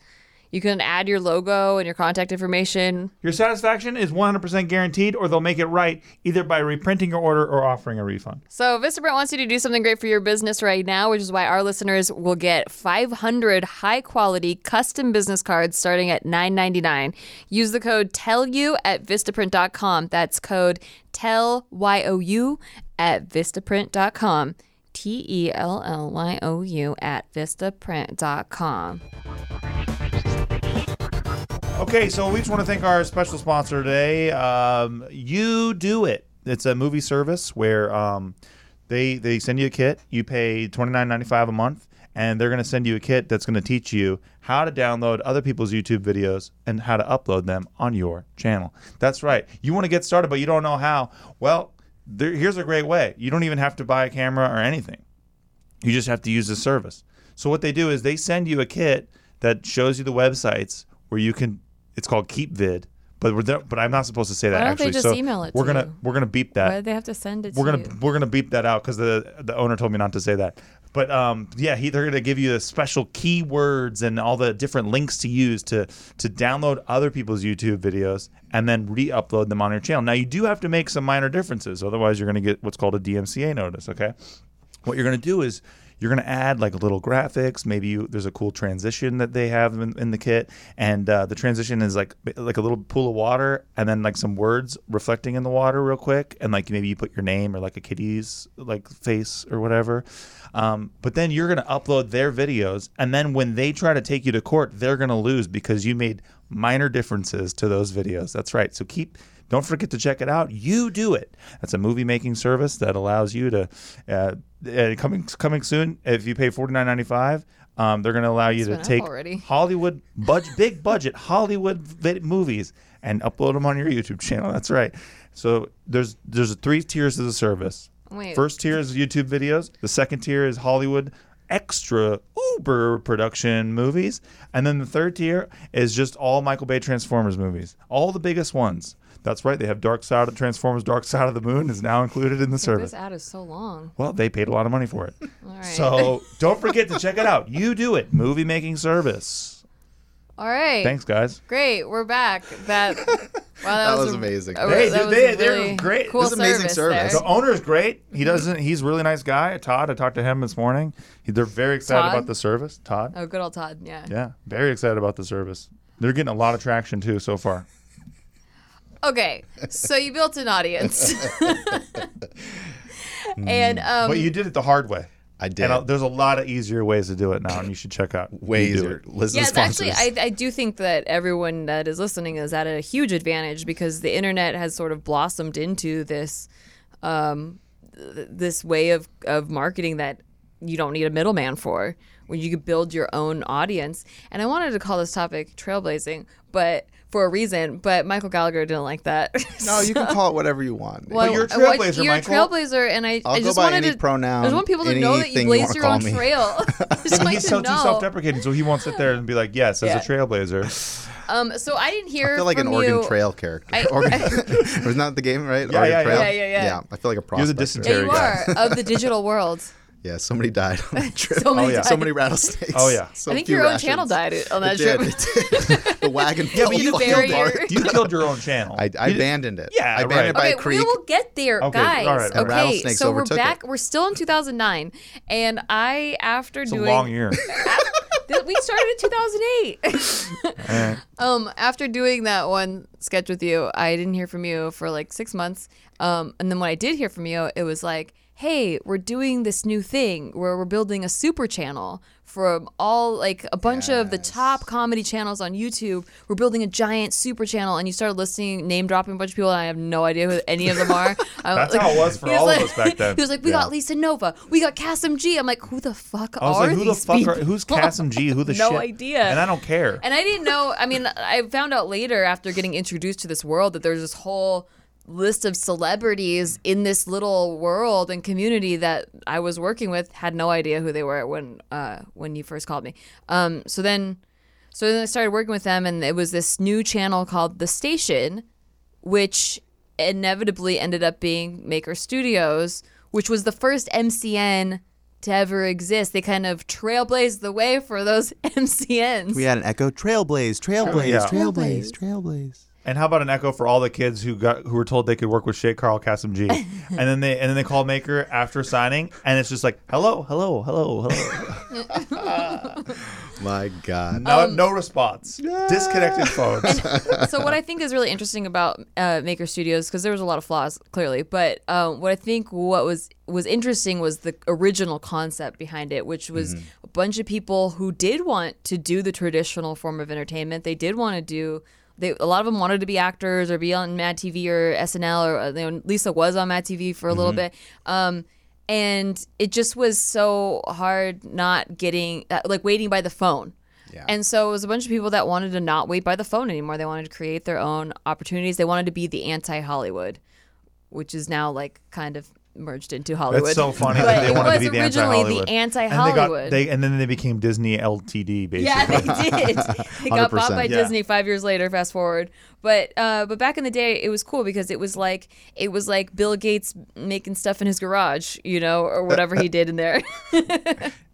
You can add your logo and your contact information.
Your satisfaction is 100% guaranteed, or they'll make it right either by reprinting your order or offering a refund.
So Vistaprint wants you to do something great for your business right now, which is why our listeners will get 500 high-quality custom business cards starting at $9.99. Use the code TELLYOU at Vistaprint.com. That's code E TELLYOU at Vistaprint.com. E T-E-L-L-Y-O-U at Vistaprint.com.
Okay, so we just want to thank our special sponsor today. Um, you do it. It's a movie service where um, they they send you a kit. You pay twenty nine ninety five a month, and they're going to send you a kit that's going to teach you how to download other people's YouTube videos and how to upload them on your channel. That's right. You want to get started, but you don't know how. Well, there, here's a great way. You don't even have to buy a camera or anything. You just have to use the service. So what they do is they send you a kit that shows you the websites where you can. It's called KeepVid, but we're there, but I'm not supposed to say that
Why don't they
actually.
just
so
email it
we're
to
gonna
you?
we're gonna beep that
Why did they have to send it
we're
to
gonna
you?
we're gonna beep that out because the the owner told me not to say that. But um, yeah, he, they're gonna give you the special keywords and all the different links to use to to download other people's YouTube videos and then re-upload them on your channel. Now you do have to make some minor differences, otherwise you're gonna get what's called a DMCA notice. Okay, what you're gonna do is you're gonna add like little graphics. Maybe you, there's a cool transition that they have in, in the kit, and uh, the transition is like like a little pool of water, and then like some words reflecting in the water real quick, and like maybe you put your name or like a kitty's like face or whatever. Um, but then you're gonna upload their videos, and then when they try to take you to court, they're gonna lose because you made minor differences to those videos. That's right. So keep don't forget to check it out. You do it. That's a movie making service that allows you to uh, uh, coming coming soon. If you pay forty nine ninety five, um, they're going to allow you
It's
to
been up
take
already.
Hollywood budget, big budget Hollywood vi- movies and upload them on your YouTube channel. That's right. So there's there's three tiers of the service.
Wait.
First tier is YouTube videos. The second tier is Hollywood extra uber production movies. And then the third tier is just all Michael Bay Transformers movies, all the biggest ones. That's right. They have Dark Side of Transformers, Dark Side of the Moon is now included in the service.
This ad is so long.
Well, they paid a lot of money for it.
All right.
So don't forget to check it out. You do it. Movie making service.
All right.
Thanks, guys.
Great. We're back. That wow, that,
That was
a-
amazing.
a-
Hey,
that
dude,
was
they-
a
they're
really
great.
Cool
This is amazing service.
there.
The owner is great. He doesn't. He's a really nice guy. Todd. I talked to him this morning. He- they're very excited
Todd?
about the service. Todd.
Oh, good old Todd. Yeah.
Yeah, very excited about the service. They're getting a lot of traction too so far.
Okay. So you built an audience. and um,
But you did it the hard way.
I did.
And uh, there's a lot of easier ways to do it now, and you should check out
Way
You Do
easier.
It.
Listen
yeah,
to
it's actually,
sponsors.
I, I do think that everyone that is listening is at a huge advantage because the internet has sort of blossomed into this, um, th- this way of of marketing that you don't need a middleman for, where you could build your own audience. And I wanted to call this topic trailblazing, but for a reason. But Michael Gallagher didn't like that.
no, you can call it whatever you want.
Well,
you're a
I want-
trailblazer,
you're a
Michael.
trailblazer, and I,
I'll
I
go
just
by
wanted
any
to. I
pronoun,
just want people to know that
anything
you
you wanna
blaze your own
call me.
trail. just like
He's
to
so too
know.
self-deprecating, so he won't sit there and be like, "Yes,
Yeah.
as a trailblazer."
Um, so I didn't hear
I feel like an
from
Oregon
you.
Trail character.
I-
Oregon, was not the game right?
Yeah,
Oregon
yeah, yeah.
Trail?
Yeah, yeah, yeah.
I feel like a prospector.
You're the
Yeah,
dysentery
you
guy.
are of the digital world.
Yeah, somebody died on that trip.
So many
Oh, yeah.
times.
So many rattlesnakes.
Oh, yeah.
So
I think
few
your own
rations.
channel died on that
It did,
trip.
it did. the wagon yeah,
but you buried your-
You killed your own channel.
I, I
You-
abandoned it.
Yeah,
I abandoned
right.
it by
Okay,
a creek.
we will get there,
Okay,
guys.
all right, all right.
Okay,
Rattlesnakes
so we're
overtook
back.
it.
We're still in 2009, and I after
It's a
doing
long year.
Th- we started in 2008.
Eh.
um, after doing that one sketch with you, I didn't hear from you for like six months. Um, and then when I did hear from you, it was like, hey, we're doing this new thing where we're building a super channel from all like a bunch of the top comedy channels on YouTube. We're building a giant super channel, and you started listing, name dropping a bunch of people, and I have no idea who any of them are. I'm
That's how it was for
he
all of
like-
us back then.
He was like, "We
Yeah.
got Lisa Nova, we got Cassim G." I'm like, "Who the fuck
I was
are
like, "Who the
these
fuck?
people?"
Are, who's Cassim G? Who the
E No
shit?
idea.
And I don't care.
And I didn't know. I mean, I found out later after getting introduced to this world that there's this whole list of celebrities in this little world and community that I was working with. Had no idea who they were when uh, when you first called me. Um, so then, so then I started working with them, and it was this new channel called The Station, which inevitably ended up being Maker Studios, which was the first MCN. To ever exist, they kind of trailblazed the way for those MCNs.
We had an echo. Trailblaze, trailblaze,
Yeah.
trailblaze, trailblaze.
And how about an echo for all the kids who got who were told they could work with Shea Carl Kasim G, and then they and then they call Maker after signing, and it's just like hello, hello, hello, hello,
My God.
no,
Um,
no response, disconnected phones.
so what I think is really interesting about uh, Maker Studios because there was a lot of flaws clearly, but um, what I think what was was interesting was the original concept behind it, which was a bunch of people who did want to do the traditional form of entertainment. They did want to do. They, a lot of them wanted to be actors or be on Mad TV or SNL or uh, you know, Lisa was on Mad TV for a little bit. Um, and it just was so hard not getting uh, like waiting by the phone.
Yeah.
And so it was a bunch of people that wanted to not wait by the phone anymore. They wanted to create their own opportunities. They wanted to be the anti Hollywood, which is now like kind of merged into Hollywood.
That's so funny
But
that they
it
wanted to
was
be the anti
originally
Hollywood.
the anti
And, they
Hollywood.
got- they- and then they became Disney Ltd. Basically,
Yeah, they did. They got bought
100%.
by
Yeah.
Disney five years later. Fast forward, but uh, but back in the day, it was cool because it was like it was like Bill Gates making stuff in his garage, you know, or whatever he did in there.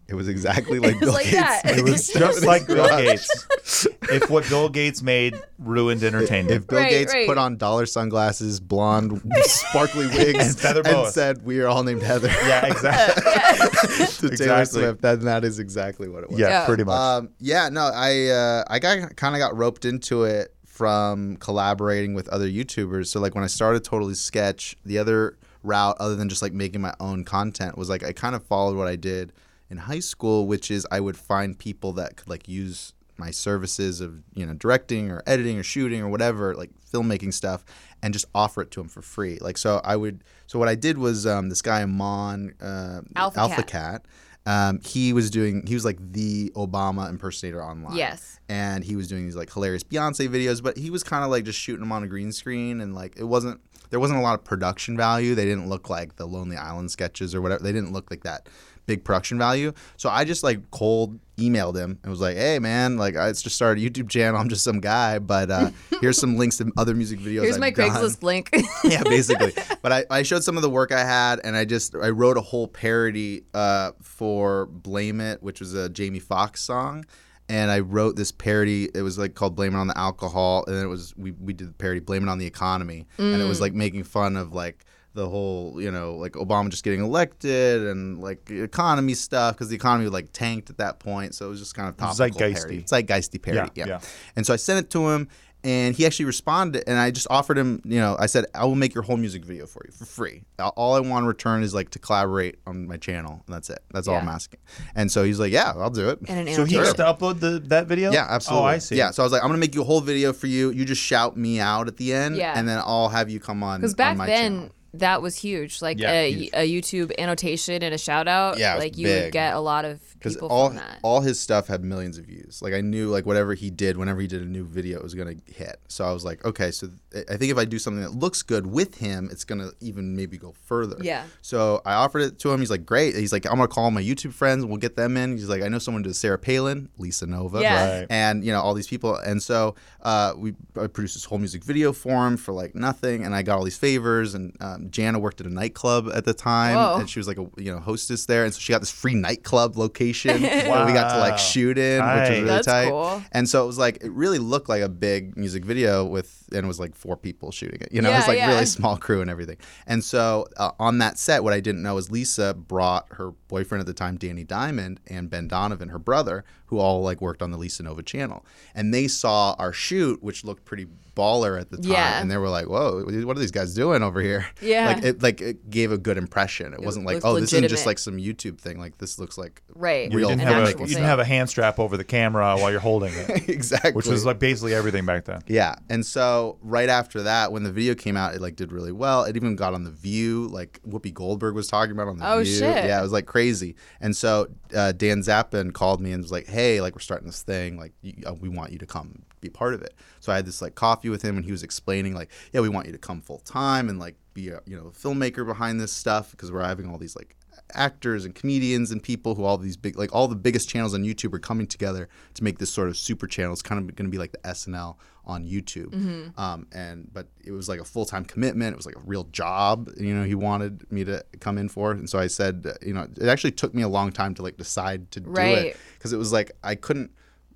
It was exactly like
was
Bill
like
Gates.
that.
It was
just like Bill Gates. If what Bill Gates made ruined entertainment,
If Bill
Right,
Gates
right.
put on dollar sunglasses, blonde, sparkly wigs,
And feather boas.
said, "We are all named Heather,"
yeah, exactly.
to Taylor
exactly.
Swift, then that is exactly what it was.
Yeah,
Yeah.
pretty much.
Um, yeah, no, I uh, I got kind of got roped into it from collaborating with other YouTubers. So like when I started Totally Sketch, the other route other than just like making my own content was like I kind of followed what I did in high school, which is I would find people that could like use my services of you know directing or editing or shooting or whatever like filmmaking stuff and just offer it to them for free like so i would so what i did was um, this guy amon uh,
Alpha Cat.
Cat. Um, he was doing. He was like the Obama impersonator online.
Yes.
And he was doing these like hilarious Beyonce videos, but he was kind of like just shooting them on a green screen, and like it wasn't. There wasn't a lot of production value. They didn't look like the Lonely Island sketches or whatever. They didn't look like that big production value. So I just like cold emailed him and was like, "Hey man, like I just started a YouTube channel. I'm just some guy, but uh, here's some links to other music videos.
Here's
I've
my
done."
Craigslist link.
yeah, basically. But I, I showed some of the work I had, and I just I wrote a whole parody uh, for "Blame It," which was a Jamie Foxx song, and I wrote this parody. It was like called "Blame It on the Alcohol," and then it was we we did the parody "Blame It on the Economy," and it
Mm.
was like making fun of like the whole you know like Obama just getting elected and like economy stuff because the economy like tanked at that point, so it was just kind of topical parody.
Zeitgeisty.
Zeitgeisty parody,
Yeah,
yeah.
yeah.
And so I sent it to him, and he actually responded. And I just offered him, you know, I said, I will make your whole music video for you for free. All- All I want in return is like to collaborate on my channel, and that's it. That's all
Yeah.
I'm asking. And so he's like, Yeah, I'll do it.
and an
So he
annotation.
gets to upload the, that video?
yeah, absolutely.
Oh, I see.
Yeah, so I was like, I'm gonna make you a whole video for you. You just shout me out at the end,
Yeah.
and then I'll have you come on.
Because
Because
back
my
then,
channel.
that was huge. Like
Yeah,
a,
huge.
a YouTube annotation and a shout out.
Yeah, it was
like you would
big.
get a lot of
because
people
all
from that.
all his stuff had millions of views. Like I knew like whatever he did, whenever he did a new video, it was gonna hit. So I was like, okay, so th- I think if I do something that looks good with him, it's gonna even maybe go further.
Yeah.
So I offered it to him. He's like, great. He's like, I'm gonna call my YouTube friends. We'll get them in. He's like, I know someone who does Sarah Palin, Lisa Nova,
Yeah.
Right.
and you know all these people. And so uh, we I produced this whole music video for him for like nothing, and I got all these favors. And um, Jana worked at a nightclub at the time,
Whoa.
and she was like a you know hostess there, and so she got this free nightclub location where we got to
Wow.
like shoot in, which was really
Nice.
That's
tight.
cool.
And so it was like it really looked like a big music video with, and it was like four people shooting it. You know,
Yeah,
it's like
yeah.
really small crew and everything. And so uh, on that set, what I didn't know is Lisa brought her boyfriend at the time, Danny Diamond, and Ben Donovan, her brother, who all like worked on the Lisa Nova channel, and they saw our shoot, which looked pretty baller at the time,
Yeah.
and they were like, "Whoa, what are these guys doing over here?"
Yeah.
like it like it gave a good impression. It, wasn't like,
looked
"Oh, this isn't just
legitimate.
like some YouTube thing." Like this looks like
right.
real
You
an
didn't, have a,
actual
you
thing.
didn't have a hand strap over the camera while you're holding it,
exactly
which was like basically everything back then.
Yeah, and so right after that, when the video came out, it like did really well. It even got on the View. Like Whoopi Goldberg was talking about it on the
Oh,
View.
shit.
Yeah, it was like crazy. And so uh, Dan Zappin called me and was like, "Hey, like we're starting this thing. Like you, uh, we want you to come be part of it." So I had this like coffee with him, and he was explaining like, "Yeah, we want you to come full time and like be a you know filmmaker behind this stuff because we're having all these like." actors and comedians and people who all these big like all the biggest channels on YouTube are coming together to make this sort of super channel. It's kind of going to be like the SNL on YouTube.
Mm-hmm.
Um, and but it was like a full time commitment. It was like a real job. You know, he wanted me to come in for, and so I said, uh, you know, it actually took me a long time to like decide to do
Right.
it because it was like I couldn't.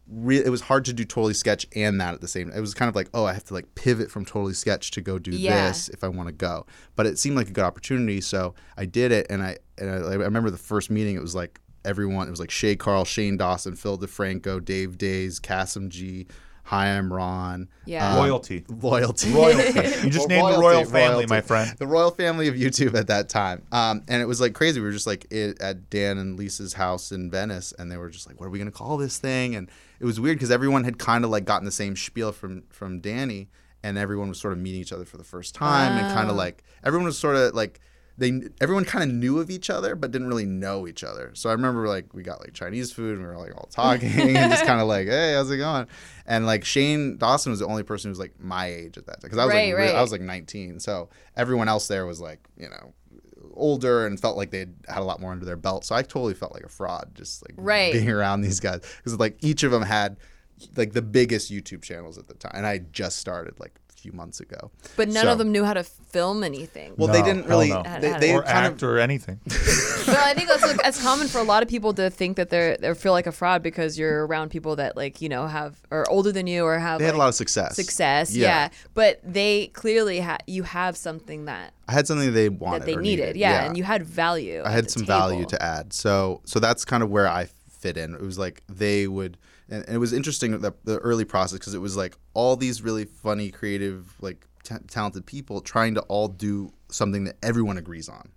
Re- it was hard to do totally sketch and that at the same. It was kind of like, oh, I have to like pivot from totally sketch to go do
Yeah.
this if I want to go. But it seemed like a good opportunity, so I did it. And I and I, I remember the first meeting. It was like everyone. It was like Shay Carl, Shane Dawson, Phil DeFranco, Dave Days, Cassim G, Chaim Ron.
Yeah.
um,
Loyalty.
Loyalty.
You just
Or
named
royalty,
the royal family,
royalty.
my friend.
The royal family of YouTube at that time, um, and it was like crazy. We were just like it, at Dan and Lisa's house in Venice, and they were just like, "What are we gonna call this thing?" And it was weird because everyone had kind of like gotten the same spiel from from Danny, and everyone was sort of meeting each other for the first time, and kind of like everyone was sort of like they everyone kind of knew of each other but didn't really know each other. So I remember like we got like Chinese food and we were like all talking and just kind of like, hey, how's it going? And like Shane Dawson was the only person who was like my age at that time because I was
Right,
like re-
right.
I was like 19. So everyone else there was like you know older and felt like they had a lot more under their belt. So I totally felt like a fraud just like
Right.
being around these guys because like each of them had like the biggest YouTube channels at the time, and I had just started like a few months ago.
But none of
So-
them knew how to film anything.
Well, they
No,
didn't
hell
really.
no.
They, they
or
kind
act
of
or anything.
but I think that's like, that's common for a lot of people to think that they're they feel like a fraud because you're around people that like you know have are older than you or have
they had
like,
a lot of success.
success. Yeah. but they clearly ha- you have something that
I had something they wanted
that they
or
needed. Yeah, and you had value.
I had some value to add. So so that's kind of where I fit in. It was like they would, and, and it was interesting the, the early process because it was like all these really funny, creative, like ta talented people trying to all do something that everyone agrees on.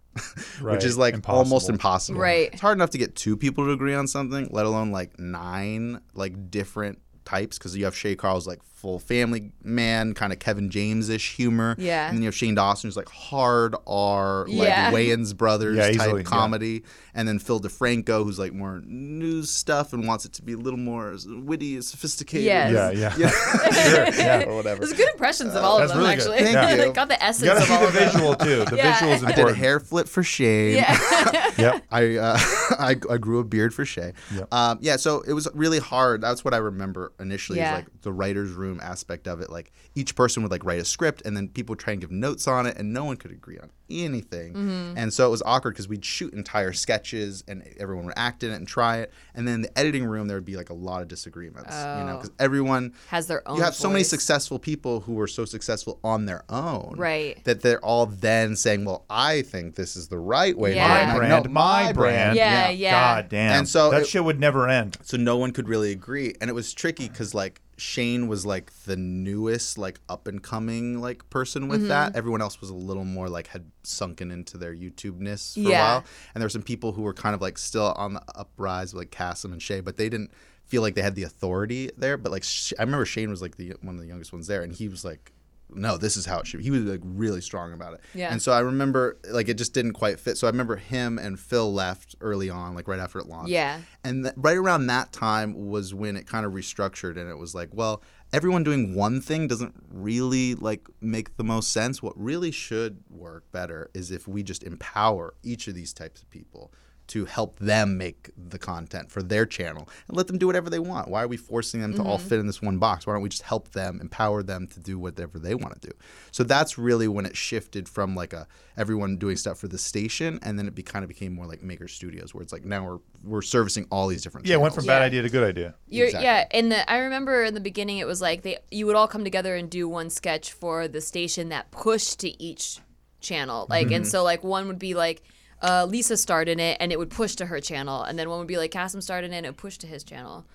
Right.
Which is like almost
Impossible.
impossible.
Right.
It's hard enough to get two people to agree on something, let alone like nine like different types because you have Shay Carl's like full family man kind of Kevin James ish humor.
Yeah.
And then you have Shane Dawson who's like hard R, like
Yeah.
Wayans Brothers
Yeah,
type
easily, yeah.
comedy. And then Phil DeFranco who's like more news stuff and wants it to be a little more witty and sophisticated.
Yes.
Yeah, yeah.
Yeah.
Sure, yeah.
or whatever.
There's good impressions
Uh,
of all of
That's
them
really good.
actually.
Thank you.
Got the essence
You gotta
of
see
all
the
of them.
visual too. The
Yeah.
visual is
I
I did a
important.
hair flip for Shane.
Yeah.
Yep.
I, uh, I I grew a beard for Shay.
Yep.
Um, yeah, so it was really hard. That's what I remember initially.
Yeah.
Is like the writers' room aspect of it. Like each person would like write a script, and then people would try and give notes on it, and no one could agree on anything.
Mm-hmm.
And so it was awkward because we'd shoot entire sketches, and everyone would act in it and try it. And then in the editing room, there would be like a lot of disagreements. You know,
Oh.
because everyone
Has their own
you have so many
voice.
successful people who were so successful on their own
Right.
that they're all then saying well i think this is the right way
Yeah.
My
And I'm like,
brand,
"No,
my, brand.
Yeah, yeah.
God damn.
And so
that
it-
shit would never end.
so no one could really agree and it was tricky because like shane was like the newest like up and coming like person
Mm-hmm.
with that everyone else was a little more like had sunken into their youtube-ness for
Yeah.
a while and there were some people who were kind of like still on the uprise like Cassim and Shay but they didn't feel like they had the authority there but like Sh- I remember Shane was like the one of the youngest ones there and he was like no this is how it should be he was like really strong about it
Yeah.
and so I remember like it just didn't quite fit so I remember him and Phil left early on like right after it launched
Yeah.
and th- right around that time was when it kind of restructured and it was like, well, everyone doing one thing doesn't really like make the most sense. What really should work better is if we just empower each of these types of people to help them make the content for their channel and let them do whatever they want. Why are we forcing them to all
Mm-hmm.
fit in this one box? Why don't we just help them, empower them to do whatever they want to do? So that's really when it shifted from like a everyone doing stuff for the station, and then it be, kind of became more like Maker Studios, where it's like now we're we're servicing all these different.
Yeah, it went
channels.
from bad
Yeah.
idea to good idea.
You're,
Exactly.
Yeah, and the, I remember in the beginning it was like they you would all come together and do one sketch for the station that pushed to each channel. Like
Mm-hmm.
and so like one would be like uh, Lisa starred in it and it would push to her channel, and then one would be like Cassim starred in it and it pushed to his channel.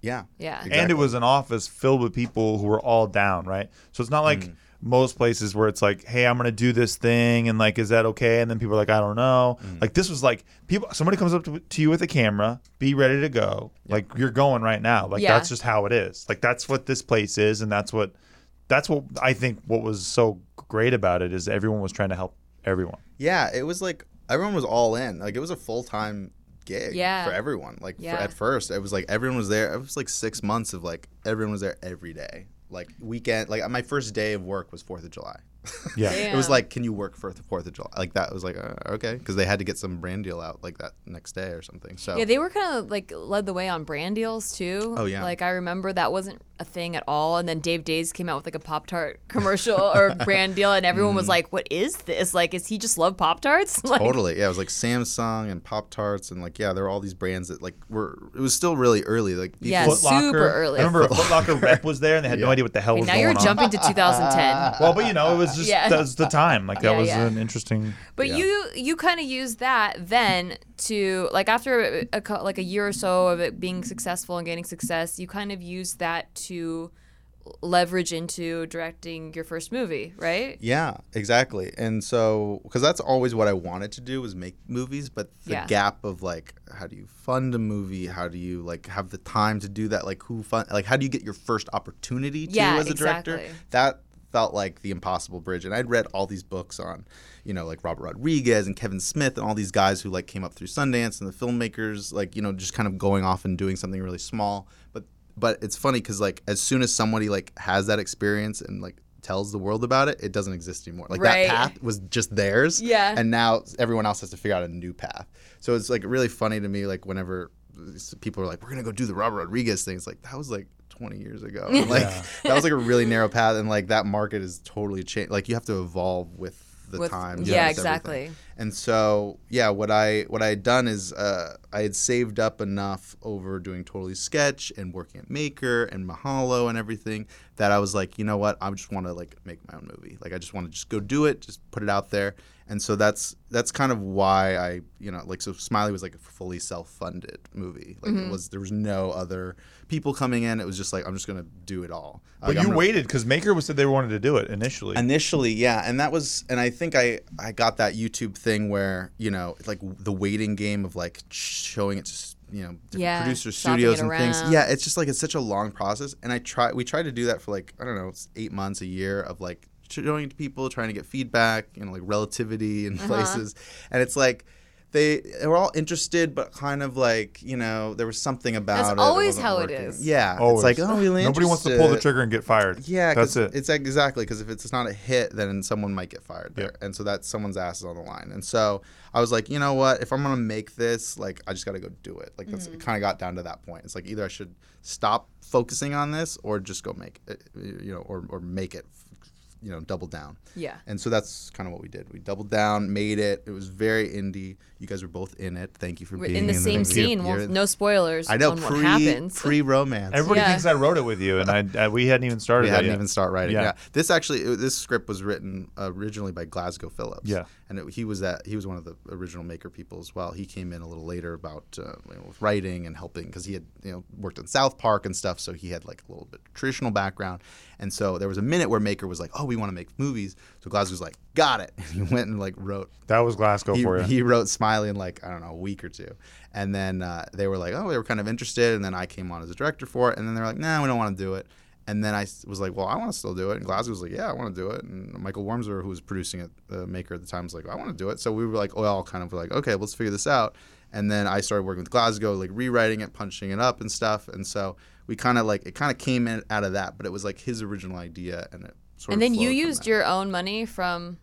yeah,
Yeah. And
And it was an office filled with people who were all down, right? So it's not like most places where it's like, hey, I'm going to do this thing. And like, is that okay? And then people are like, I don't know. Like, this was like, people, somebody comes up to, to you with a camera, be ready to go. Like, you're going right now. Like,
Yeah.
that's just how it is. Like, that's what this place is. And that's what, that's what I think what was so great about it is everyone was trying to help everyone.
Yeah, it was like everyone was all in. Like it was a full time gig
Yeah.
for everyone. Like
Yeah.
for, at first, it was like everyone was there. It was like six months of like everyone was there every day. Like weekend, like my first day of work was Fourth of July.
Yeah.
It was
Damn.
like, can you work for the Fourth of July? Like that was like uh, okay, because they had to get some brand deal out like that next day or something. So
Yeah, they were kind of like led the way on brand deals too.
Oh, yeah.
Like I remember that wasn't a thing at all, and then Dave Days came out with like a Pop Tart commercial or brand deal, and everyone was like, "What is this? Like, is he just love Pop Tarts?" Like,
Mm. Totally. Yeah, it was like Samsung and Pop Tarts and like yeah, there were all these brands that like were it was still really early. Like people-
Yes.
Foot Locker.
Super early.
I remember Foot Locker rep was there and they had no idea what the hell
Okay,
was
now
going
you're
on.
jumping to 2010.
Well, but you know, it was just
Yeah.
that was the time. Like that
Yeah,
was
yeah.
an interesting.
But
Yeah.
you you kind of use that then to like after a, cou- like a year or so of it being successful and gaining success, you kind of use that to leverage into directing your first movie, right?
Yeah, exactly. And so, because that's always what I wanted to do was make movies, but the
Yeah.
gap of like, how do you fund a movie? How do you like have the time to do that? Like, who fund? Like, how do you get your first opportunity to
Yeah,
as a director?
exactly.
That felt like the impossible bridge. And I'd read all these books on, you know, like Robert Rodriguez and Kevin Smith and all these guys who like came up through Sundance and the filmmakers, like you know, just kind of going off and doing something really small, but but it's funny because like as soon as somebody like has that experience and like tells the world about it it doesn't exist anymore like
Right.
that path was just theirs
Yeah.
and now everyone else has to figure out a new path so it's like really funny to me like whenever s- people are like we're gonna go do the robert rodriguez thing it's like that was like 20 years ago And, like that was like a really narrow path and like that market is totally changed like you have to evolve with the
With-
time
yeah,
with everything.
exactly.
And so, yeah, what I what I had done is uh, I had saved up enough over doing Totally Sketch and working at Maker and Mahalo and everything that I was like, you know what, I just want to like make my own movie. Like I just want to just go do it, just put it out there. And so that's that's kind of why I, you know, like so Smiley was like a fully self-funded movie. Like
Mm-hmm.
it was there was no other people coming in. It was just like I'm just gonna do it all.
But
Like, I'm
you
gonna-
waited because Maker was said they wanted to do it initially.
Initially, yeah, and that was, and I think I I got that YouTube thing where you know it's like the waiting game of like showing it to s- you know different
Yeah,
producer
shopping
studios
it
and things.
around.
Yeah, it's just like it's such a long process, and I try we try to do that for like I don't know it's eight months a year of like showing to people, trying to get feedback, you know, like relativity
Uh-huh.
in places, and it's like. They, they were all interested, but kind of like you know there was something about it. that
always
wasn't
how it
working.
is.
Yeah,
Always.
it's like oh, we really
Nobody wants to pull the
interested.
trigger and get fired.
Yeah,
that's
'cause
it.
It's like- exactly because if it's not a hit, then someone might get fired there,
Yep.
and so that's someone's ass is on the line. And so I was like, you know what? If I'm gonna make this, like, I just gotta go do it. Like
Mm-hmm.
that's it kind of got down to that point. It's like either I should stop focusing on this or just go make it, you know, or or make it, you know, double down.
Yeah.
And so that's kind of what we did. We doubled down, made it. It was very indie. You guys were both in it. Thank you for
We're
being
in the same scene.
You're-
Well, no spoilers
I know
on
pre
what happens.
pre romance.
Everybody
Yeah.
thinks I wrote it with you, and I, I we hadn't even started
We
that
hadn't
yet.
even start writing.
Yeah.
Yeah. This actually, it- this script was written originally by Glasgow Phillips.
Yeah.
And it, he was that he was one of the original maker people as well. He came in a little later about uh, you know, with writing and helping because he had you know worked in South Park and stuff, so he had like a little bit of traditional background. And so there was a minute where Maker was like, "Oh, we want to make movies." So Glasgow's like, "Got it." And he went and like wrote
that was Glasgow
he,
for you.
he wrote Smiley in like I don't know a week or two, and then uh, they were like, oh, they were kind of interested, and then I came on as a director for it, and then they're like, nah, we don't want to do it, and then I s- was like, well, I want to still do it, and Glasgow was like, yeah, I want to do it, and Michael Wormser, who was producing it, the maker at the time, was like, I want to do it, so we were like, oh, all kind of like, okay, let's figure this out, and then I started working with Glasgow, like rewriting it, punching it up, and stuff, and so we kind of like it kind of came in out of that, but it was like his original idea, and it. Sort
and
of
then you
flowed from
used
that.
your own money from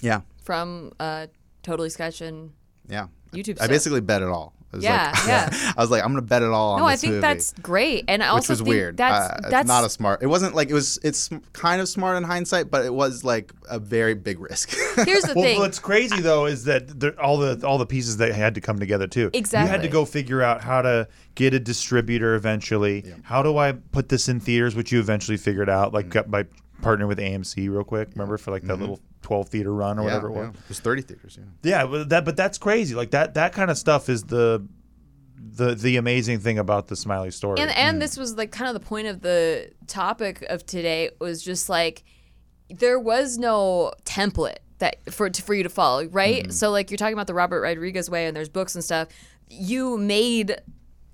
yeah
from uh, Totally Sketch and
yeah
YouTube.
I
stuff.
basically bet it all. I was
Yeah,
like,
yeah.
I was like, I'm gonna bet it all on
no, I
this
think
movie,
that's great, and I also
which was
think
weird.
That's
uh,
that's
not a smart. It wasn't like it was. It's sm- kind of smart in hindsight, but it was like a very big risk.
here's the
Well,
thing.
what's crazy though is that there, all the all the pieces that had to come together too. You had to
Exactly.
go figure out how to get a distributor eventually. How do I put this in theaters, which you eventually figured out,
Mm.
like got by partnering with AMC real quick. Remember for like that little twelve theater run or
Mm-hmm. yeah,
whatever it was.
yeah. It was 30 theaters. Yeah.
Yeah, but that but that's crazy. Like that that kind of stuff is the the the amazing thing about the Smiley story.
and and
Mm.
this was like kind of the point of the topic of today was just like there was no template that for for you to follow, right?
Mm-hmm.
So like you're talking about the Robert Rodriguez way, and there's books and stuff. You made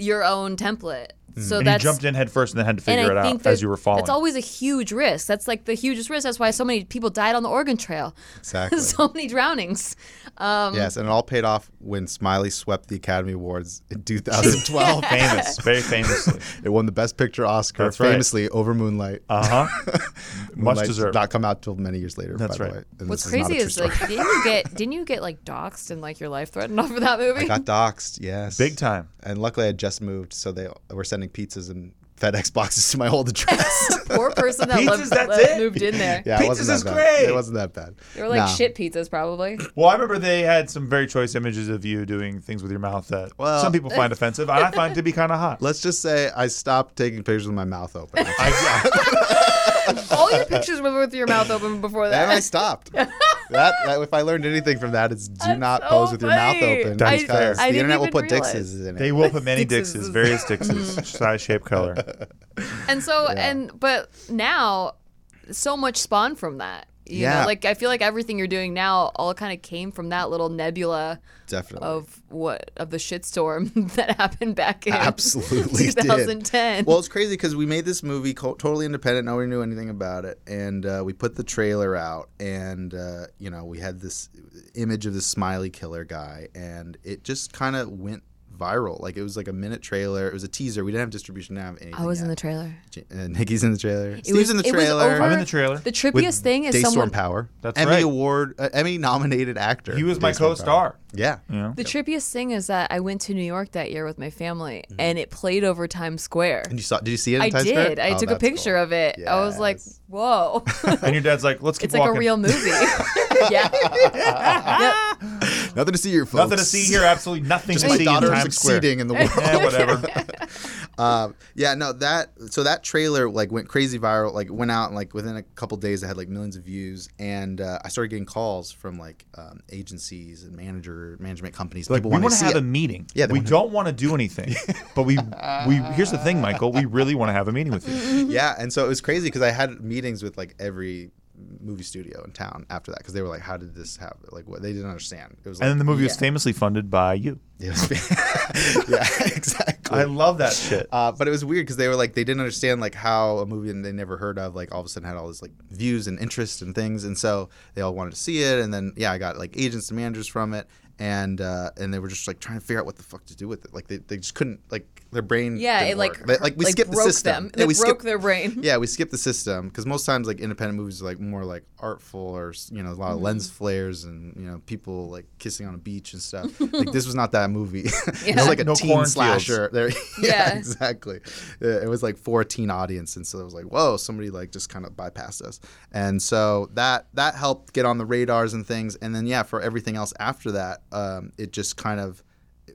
your own template,
Mm-hmm.
so
And you
that's
jumped in head first and then had to
and
figure it
I think
out
that
as you were falling.
That's always a huge risk. That's like the hugest risk. That's why so many people died on the Oregon Trail.
Exactly.
so many drownings. Um,
yes, and it all paid off when Smiley swept the Academy Awards in 2012.
famous, very famously.
it won the Best Picture Oscar
That's right.
famously over Moonlight.
Uh huh. Much
Moonlight
deserved.
did not come out till many years later.
That's
by
right.
The way. And
What's
this not a
crazy
true
is, like
story.
didn't you get didn't you get like doxxed and like your life threatened off of that movie?
I got doxxed. Yes,
Big time.
And luckily, I had just moved, so they were sending pizzas and FedEx boxes to my old address.
Poor person that
Pizzas,
lived,
that's
that
it?
moved in there.
yeah, it wasn't
Pizzas
that
is
bad.
great.
It wasn't that bad.
They were like
Nah.
shit pizzas, probably.
Well, I remember they had some very choice images of you doing things with your mouth that
Well-
some people find offensive. I find to be kind of hot.
Let's just say I stopped taking pictures with my mouth open, and
I,
All your pictures were with your mouth open before
I
that.
stopped. that, that- if I learned anything from that, it's do not
so
pose with your mouth
funny.
open.
That's
because
fair.
The
I didn't
internet will
even
put
realize.
Dix's in it.
they will put many
Dixes.
dixes, various dixes, size, shape, color.
and so and but now so much spawned from that. You
Yeah.
know, like I feel like everything you're doing now all kind of came from that little nebula
Definitely.
of what of the shitstorm that happened back in
Absolutely did.
2010.
Well, it's crazy because we made this movie co- totally independent. Nobody knew anything about it, and uh, we put the trailer out, and uh, you know we had this image of this smiley killer guy, and it just kind of went viral. Like it was like a minute trailer. It was a teaser. We didn't have distribution. Didn't have anything.
I was in the trailer.
the. Uh, Nikki's in the trailer. Steve's
was-
in the
it was
trailer.
over-
I'm in the trailer.
The trippiest thing is
Daystorm
someone
Power.
That's
Emmy
right.
Award, uh, Emmy nominated actor.
He was my
Daystorm Power.
co-star.
Yeah.
The trippiest thing is that I went to New York that year with my family and it played over Times Square.
And you saw? Did you see it? Mm-hmm. In
I
Times
did.
Square?
I
Oh,
took a
that's cool.
picture of it. I was like,
Yes.
whoa.
And your dad's like, "Let's keep
it's like a
walking."
real movie. yeah.
Nothing to see here, folks.
Nothing to see here. Absolutely nothing
Just
to
my
see in
daughter
Times Square.
succeeding in the world.
Yeah, whatever.
Um, yeah, no, that so that trailer like went crazy viral. Like went out and like within a couple days, it had like millions of views, and uh, I started getting calls from like um, agencies and manager management companies.
Like
People
we
wanted
want
to
to
see
have
it.
a meeting.
Yeah, they
we
wanna-
don't want to do anything, but we we here's the
Mhm.
thing, Michael. We really want to have a meeting with you.
yeah, and so it was crazy because I had meetings with like every movie studio in town after that because they were like, "How did this happen?" Like, what they didn't understand. It was like,
And then the movie was
Yeah.
famously funded by you.
it was- yeah, exactly.
I love that shit.
Uh, but it was weird because they were like they didn't understand like how a movie they never heard of like all of a sudden had all this like views and interest and things and so they all wanted to see it and then yeah I got like agents and managers from it and uh, and they were just like trying to figure out what the fuck to do with it like they, they just couldn't like their brain
Yeah,
didn't
it like
work. They- like we skipped the
broke
system
Them.
yeah
It
we
broke
skipped
their brain.
yeah we skipped the system because most times like independent movies are like more like artful or you know a
Mm-hmm.
lot of lens flares and you know people like kissing on a beach and stuff like this was not that movie it
Yeah.
was like a
No
teen
cornfields.
slasher there yeah,
Yeah.
exactly Yeah, it was like for a teen audience and so it was like whoa somebody like just kind of bypassed us and so that that helped get on the radars and things and then yeah for everything else after that um, it just kind of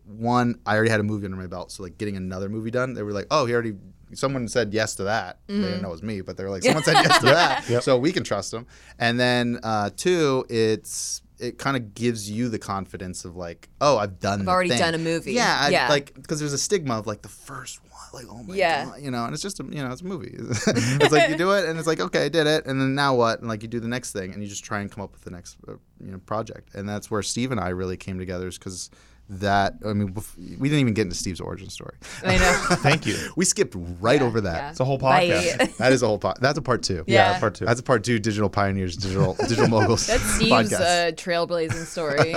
one, I already had a movie under my belt, so like getting another movie done, they were like, "Oh, he already." Someone said yes to that. They
Mm-hmm.
didn't know it was me, but they were like, "Someone said yes to that," so we can trust them. And then uh, two, it's it kind of gives you the confidence of like, "Oh, I've done. I've
already done a movie.
Yeah, I-
Yeah.
like because there's a stigma of like the first one, like oh my
Yeah. Mm-hmm.
god, you know. And it's just a, you know, it's a movie. it's like you do it, and it's like okay, I did it, and then now what? And like you do the next thing, and you just try and come up with the next uh, you know project. And that's where Steve and I really came together, is because that I mean bef- we didn't even get into Steve's origin story.
I know.
Thank you.
we skipped right over that.
yeah.
It's a whole
Bye.
podcast.
That is a whole part. That's a part two.
Yeah.
part two.
That's a part two. Digital pioneers, digital digital moguls.
That's Steve's
podcast.
uh, trailblazing story.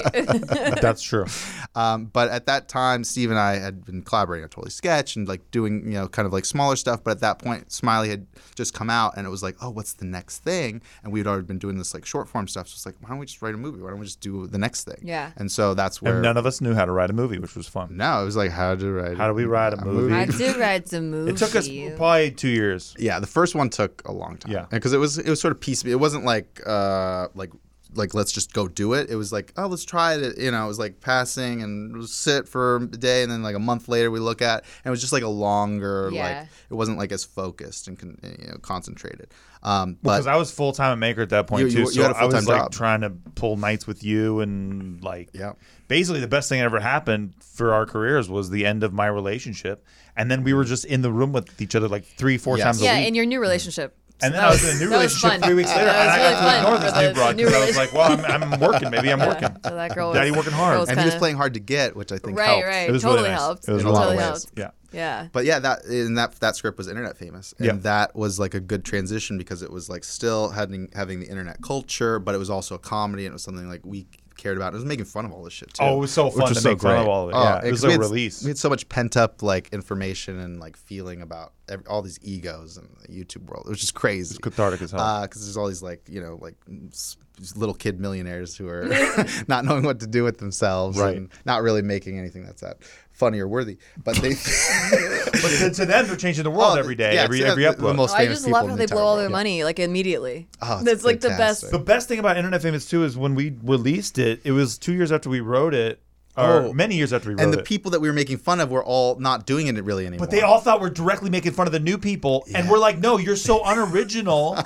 That's true.
Um, but at that time, Steve and I had been collaborating on Totally Sketch and like doing, you know, kind of like smaller stuff. But at that point, Smiley had just come out and it was like, oh, what's the next thing? And we'd already been doing this like short form stuff. So it's like, why don't we just write a movie? Why don't we just do the next thing?
Yeah.
And so that's where.
And none of us knew how to write a movie, which was fun.
no, it was like, how do I.
How do we write a movie?
I do write some movies.
It took us probably two years.
Yeah, the first one took a long time.
Yeah.
because it was it was sort of piecemeal. It wasn't like uh like like let's just go do it. It was like oh let's try it. You know, it was like passing and we'll sit for a day, and then like a month later we look at, and it was just like a longer
Yeah.
like it wasn't like as focused and con- you know concentrated. Um, but
Because I was full time at Maker at that point
You- you-
too,
you
so
had a
I was
full-time
like
job.
trying to pull nights with you and like
Yeah.
basically the best thing that ever happened for our careers was the end of my relationship, and then we were just in the room with each other like three four
Yes.
times
Yeah,
a week.
in your new relationship.
And
So
then
that
I was in a new
that
relationship
fun.
three weeks later,
That
and I
was really
had to
fun
ignore
for
this
the
new broad because I was like, "Well, I'm, I'm working. Maybe I'm working."
So that girl was,
Daddy working hard.
girl was
and he was
kinda-
playing hard to get, which I think
Right,
helped.
right.
It was really
totally
nice.
helped.
It was
a lot of
totally
ways.
helped.
Yeah.
Yeah.
But yeah, that and that that script was internet famous, and
Yeah.
that was like a good transition because it was like still having having the internet culture, but it was also a comedy, and it was something like we cared about. It was making fun of all this shit too.
Oh, it was so fun
was
to
so
make fun
great.
of all of it.
Oh,
yeah, it was
'cause
a
we had-
release.
We had so much pent up like information and like feeling about ev all these egos in the YouTube world. It was just crazy. It's
cathartic as hell.
Because there's all these like you know like s- these little kid millionaires who are not knowing what to do with themselves
Right.
and not really making anything that's that funny or worthy. But they
but to, to them, they're changing the world
Oh,
every day,
yeah,
every
it's, uh,
every
the- the
upload.
most
I
famous
just
people
love
in
how
the
they
entire
blow all
world.
their money like immediately.
Oh, it's
That's like the best.
fantastic.
The best thing about Internet Famous too is when we released it, it was two years after we wrote it, or
Oh.
many years after we wrote
And the
it.
people that we were making fun of were all not doing it really anymore.
but they all thought we're directly making fun of the new people, and we're like, no, you're so unoriginal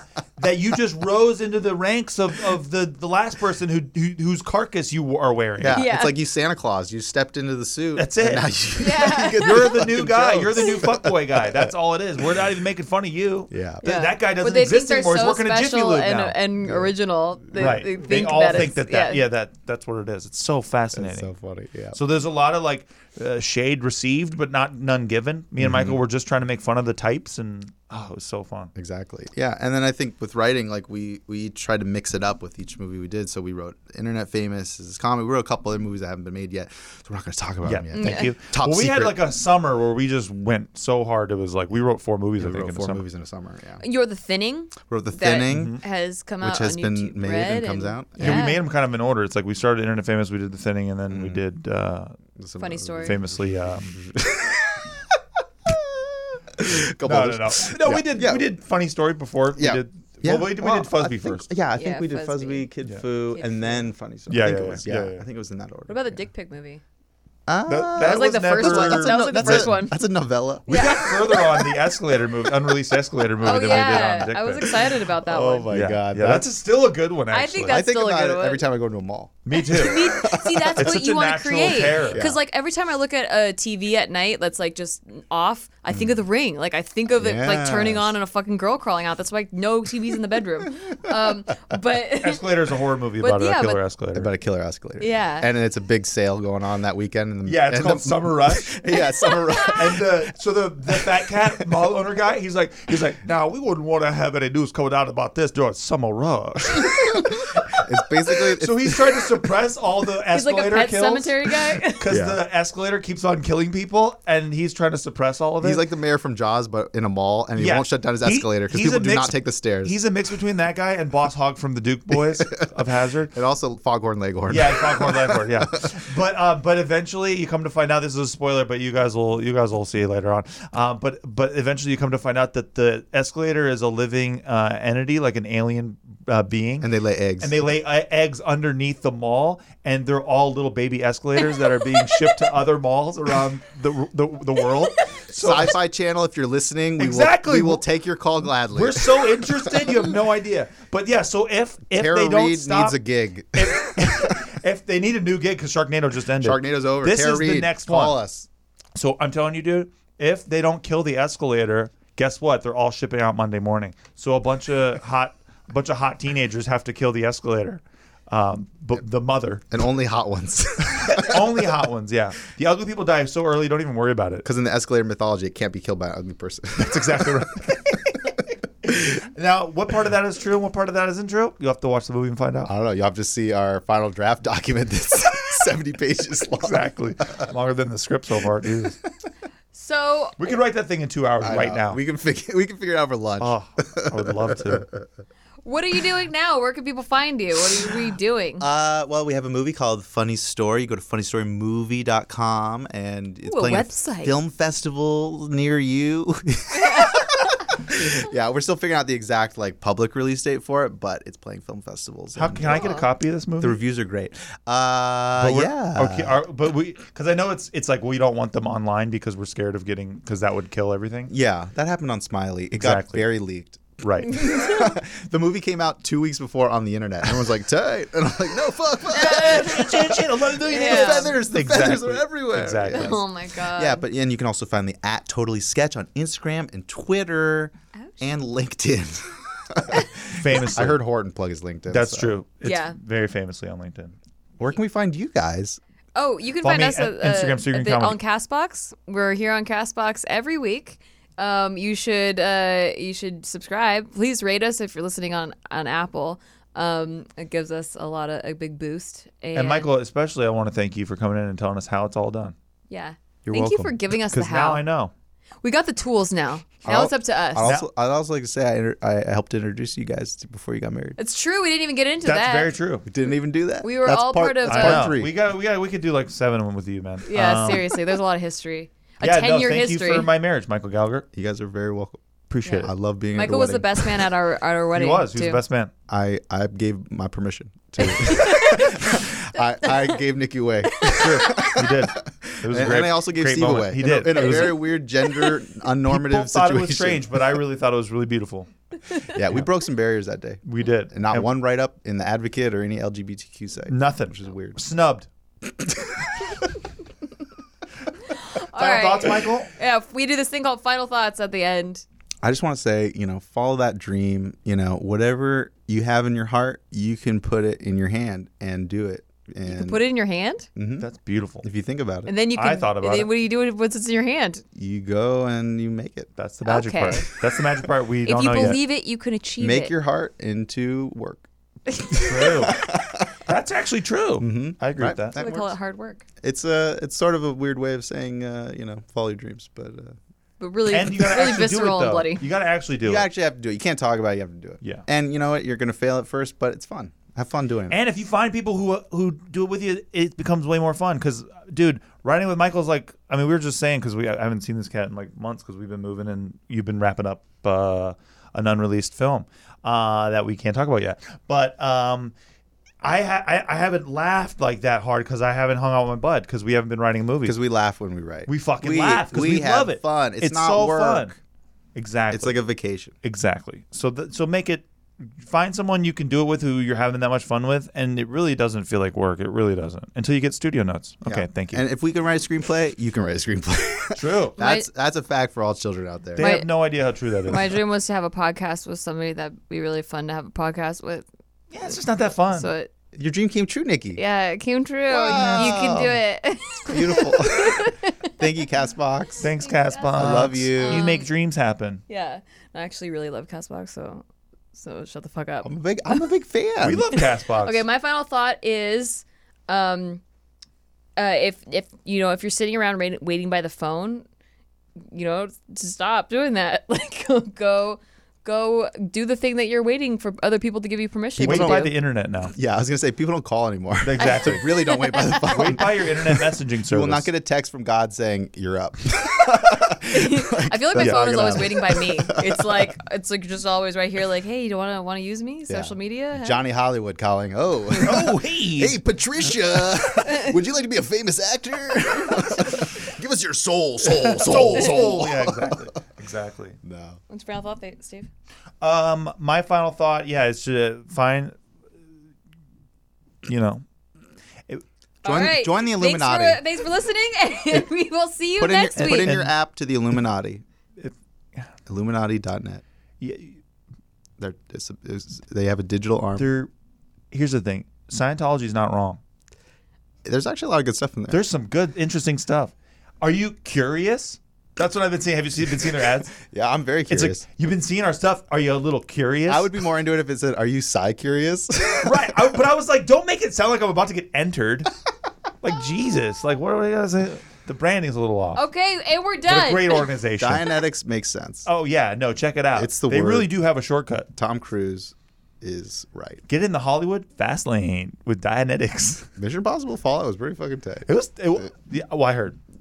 that you just rose into the ranks of, of the, the last person who, who whose carcass you are wearing.
Yeah,
Yeah.
it's like you Santa Claus. You stepped into the suit.
That's
and
it.
now you-
Yeah.
you get
You're the new
fucking
guy.
jokes.
You're the new fuckboy guy. That's all it is. We're not even making fun of you.
Yeah.
Th- That guy doesn't
but they
exist
think
anymore.
they're
He's
so
working at Jiffy
special
Lube
and,
now.
and original. They,
right.
they think
all
that
think
it's-
that, that yeah.
yeah.
that that's what it is. It's so fascinating.
So funny. Yeah.
So there's a lot of like uh, shade received, but not none given.
Mm-hmm.
Me and Michael were just trying to make fun of the types, and oh, it was so fun.
Exactly. Yeah, and then I think with writing, like we we tried to mix it up with each movie we did. So we wrote Internet Famous is comedy. We wrote a couple other movies that haven't been made yet, so we're not going to talk about
Yeah,
them yet.
Mm.
thank you.
Top
well, we had
secret.
like a summer where we just went so hard. It was like we wrote four movies. I
we
think
wrote
in the
four
summer. Mm-hmm.
movies in a summer. Yeah,
You're the thinning.
wrote The
that
Thinning,
has come out
which has
on
been
YouTube
made
Red
and comes out.
Yeah, we made them kind of in order. It's like we started Internet Famous, we did The Thinning, and then we
Mm.
did uh,
Some
Funny
of those-
story.
famously. Um,
couple
no, no,
others.
no, no. We
Yeah.
did
Yeah.
we did Funny Story before.
Yeah.
We did,
Yeah.
Well, we did, we
Well,
did Fuzby
I think-
first.
Yeah, I think
Yeah,
we did Fuzzy,
Fuzzy.
Kid Foo,
Kid Foo.
and then Funny Story.
Yeah,
I think
yeah,
it was.
yeah,
Yeah,
yeah.
I think it was in that order.
What about the
yeah.
Dick Pic movie?
Ah,
That was like the first one.
never-
That was like the
that's
first
a,
one.
That's a novella.
We got further on the escalator movie, unreleased escalator movie
Oh
than we did
yeah,
on Dick
I was
Pic.
excited about that
Oh
one.
my
yeah. Yeah, that's, a- still a good one. Actually,
I think that's
I think
still a
about
good
it every
one.
time I go to a mall.
me too.
See, that's
It's
what
such
you
a
want to
natural
create.
terror.
Because like every time I look at a TV at night that's like just off, I
Mm.
think of the ring. Like I think of it like turning
Yes.
on and a fucking girl crawling out. That's why no TVs in the bedroom. Um, but
Escalator is a horror movie about
But yeah,
a killer
but-
escalator.
About a killer escalator.
Yeah.
And it's a big sale going on that weekend. And the,
yeah, it's
and
called
the-
Summer Rush.
Yeah, summer. Rush.
And the, so the, the fat cat mall owner guy, he's like, he's like, now we wouldn't want to have any news coming out about this during summer rush.
it's basically it's,
so he's trying to suppress all the
he's like a
escalator
pet
kills
cemetery guy.
because
Yeah.
the escalator keeps on killing people, and he's trying to suppress all of it.
he's like the mayor from Jaws, but in a mall, and he
Yeah.
won't shut down his
He-
escalator because
he's
people
a
do
mix-
not take the stairs.
He's a mix between that guy and Boss Hog from the Duke Boys of Hazard.
and also Foghorn Leghorn.
Yeah, Foghorn Leghorn. Yeah, but uh, but eventually you come to find out this is a spoiler, but you guys will you guys will see it later on. Uh, but but eventually you come to find out that the escalator is a living uh, entity, like an alien uh, being,
And they lay eggs.
and they lay uh, eggs underneath the mall, and they're all little baby escalators that are being shipped to other malls around the the, the world. So
Sci-Fi Channel, if you're listening, we
Exactly.
will we will take your call gladly.
we're so interested, you have no idea. But yeah, so if if
Tara
they don't
Reid
stop,
needs a gig.
if, if they need a new gig because Sharknado just ended,
Sharknado's over.
This
Tara
is the
Reid,
next
call
one.
us.
So I'm telling you, dude, if they don't kill the escalator, guess what? They're all shipping out Monday morning. So a bunch of hot, a bunch of hot teenagers have to kill the escalator. Um, but the mother,
And only hot ones.
only hot ones, yeah. The ugly people die so early. Don't even worry about it.
Because in the escalator mythology, it can't be killed by an ugly person.
That's exactly right. now, what part of that is true and what part of that isn't true? You'll have to watch the movie and find out.
I don't know. You'll have to see our final draft document that's 70 pages long.
Exactly. Longer than the script so far. Jesus.
so
We could write that thing in two hours
I
right
know.
now.
We can figure we can figure it out for lunch.
oh, I would love to.
what are you doing now? Where can people find you? What are you doing?
Uh, well, we have a movie called Funny Story. You go to funnystorymovie.com and it's
Ooh, a
playing at
website.
film festival near you. yeah, we're still figuring out the exact like public release date for it, but it's playing film festivals.
How,
and
can I get a copy of this movie?
the reviews are great. Uh,
But we're-
yeah.
Okay. Are, but we, because I know it's it's like we don't want them online because we're scared of getting because that would kill everything.
Yeah, that happened on Smiley. It
Exactly.
got very leaked.
Right.
The movie came out two weeks before on the internet. Everyone's like, tight. And I'm like, no, fuck, fuck.
Yeah.
The feathers, the feathers
Exactly.
are everywhere.
Exactly.
Yeah.
oh my god.
Yeah, but and you can also find the at Totally Sketch on Instagram and Twitter and LinkedIn.
Famously,
I heard Horton plug his LinkedIn.
that's
so.
true. It's
Yeah.
Very famously on LinkedIn.
Where can we find you guys?
Oh, you can
Follow
find
me
us
at
at, uh,
Instagram, Secret
at the-
Comedy.
on Castbox. We're here on Castbox every week. Um, you should uh, you should subscribe. Please rate us if you're listening on on Apple. Um, it gives us a lot of a big boost. And,
And Michael, especially, I want to thank you for coming in and telling us how it's all done.
yeah,
You're
thank
welcome.
you for giving us the
Because
how.
now I know.
We got the tools now. Now
I'll-
it's up to us.
I'd also, I'd also like to say I, inter- I helped introduce you guys to- before you got married.
it's true. We didn't even get into
That's
that.
very true.
We didn't even do that.
We were
That's
all part of
That's
the-
I
part
know.
three.
We got we got we could do like seven of them with you, man.
Yeah,
Um,
seriously. There's a lot of history. A
yeah,
10
no,
year
thank
history.
you for my marriage, Michael Gallagher.
you guys are very welcome.
Appreciate
I
it.
love being. at
Michael was the
wedding.
best man at our at our
He
wedding.
was. He was
too.
the best man.
I I gave my permission to. I, I gave Nikki away.
He did. It was a
And,
great,
and I also gave
great
Steve
moment.
away.
He
in
did.
A, in a
It was-
very weird gender unnormative
people thought
situation.
it was strange, but I really thought it was really beautiful.
Yeah, we broke some barriers that day.
We did.
And not one write up in the Advocate or any LGBTQ site.
Nothing.
Which is weird.
Snubbed.
All
Final
right.
thoughts, Michael?
Yeah, we do this thing called final thoughts at the end.
I just want to say, you know, follow that dream. You know, whatever you have in your heart, you can put it in your hand and do it. And
Put it in your hand,
That's beautiful.
Mm-hmm. if you think about it,
and then you can.
I thought about
and then
it.
What do you do once it's in your hand?
you go and you make it.
That's the magic
Okay.
part. That's the magic part we
if
don't
you
know
believe it, you can achieve
Make
it.
your heart into work.
yet. True. That's actually true. I agree
Mm-hmm. Right?
with that.
That
we call
works.
it hard work,
It's a, it's sort of a weird way of saying, uh, you know, follow your dreams, but uh,
but really,
And you gotta
really
actually do it
visceral and
though.
bloody.
You gotta actually do
you
it.
actually have to do it. You can't talk about it. You have to do it.
Yeah.
And you know what? You're gonna fail at first, but it's fun. Have fun doing it.
and if you find people who who do it with you, it becomes way more fun. Because, dude, riding with Michael's like, I mean, we were just saying because we I haven't seen this cat in like months because we've been moving and you've been wrapping up uh, an unreleased film uh, that we can't talk about yet. But um, I, ha- I I haven't laughed like that hard because I haven't hung out with my bud because we haven't been writing movies.
Because we laugh when we write.
We fucking laugh because we,
have
love it.
Fun. It's, not
so
work.
fun. Exactly.
It's like a vacation.
exactly. So th- so make it find someone you can do it with who you're having that much fun with, and it really doesn't feel like work. It really doesn't until you get studio notes. Okay,
Yeah.
thank you.
And if we can write a screenplay, you can write a screenplay.
true.
that's that's a fact for all children out there.
They
My-
have no idea how true that is.
My dream was to have a podcast with somebody that'd be really fun to have a podcast with.
yeah, it's just not that fun.
So it,
Your dream came true, Nikki.
yeah, it came true. You can do it.
Beautiful. Thank you, Castbox.
Thanks, Caspa. I
love you.
You make dreams happen.
yeah, I actually really love Castbox, so so shut the fuck up.
I'm a big I'm a big fan.
We love Castbox.
Okay, my final thought is, um, uh, if if you know if you're sitting around wait- waiting by the phone, you know, to stop doing that. Like go- go go do the thing that you're waiting for other people to give you permission
Wait
to
by
do.
the internet now.
yeah, I was gonna say people don't call anymore.
Exactly.
They really don't wait by the phone.
Wait by your internet messaging service.
you will not get a text from God saying you're up.
I feel like my
Yeah.
phone is
Gonna
always
happen.
waiting by me. It's like it's like just always right here. Like, hey, you don't want to want to use me? Social media? Huh?
Johnny Hollywood calling. Oh.
Oh, hey.
Hey Patricia, would you like to be a famous actor? Give us your soul, soul, soul, soul.
Yeah, exactly. Exactly.
No.
What's your final thought, Steve?
Um, my final thought, yeah, is to find, you know,
Join- join the Illuminati.
Thanks for, thanks for listening, and we will see you
Put in your,
next
put
week.
in your app to the Illuminati.
If-
Illuminati.net.
y-
They're, it's, it's, they have a digital arm.
there. Here's the thing: Scientology is not wrong.
There's actually a lot of good stuff in there.
There's some good, interesting stuff. Are you curious? That's what I've been seeing. Have you seen, been seeing their ads?
Yeah, I'm very
It's
curious.
like you've been seeing our stuff. Are you a little curious?
I would be more into it if it said, "Are you psi curious?"
right, I, but I was like, don't make it sound like I'm about to get entered. like Jesus, like what are we gonna say? The branding's a little off.
okay, and we're
What
done.
a great organization.
Dianetics makes sense.
Oh yeah, no, check it out.
It's the
they
word.
really do have a shortcut.
Tom Cruise is right.
Get in the Hollywood fast lane with Dianetics.
Mission Impossible Fallout was pretty fucking tight.
It was, it, wa- yeah, well, I heard.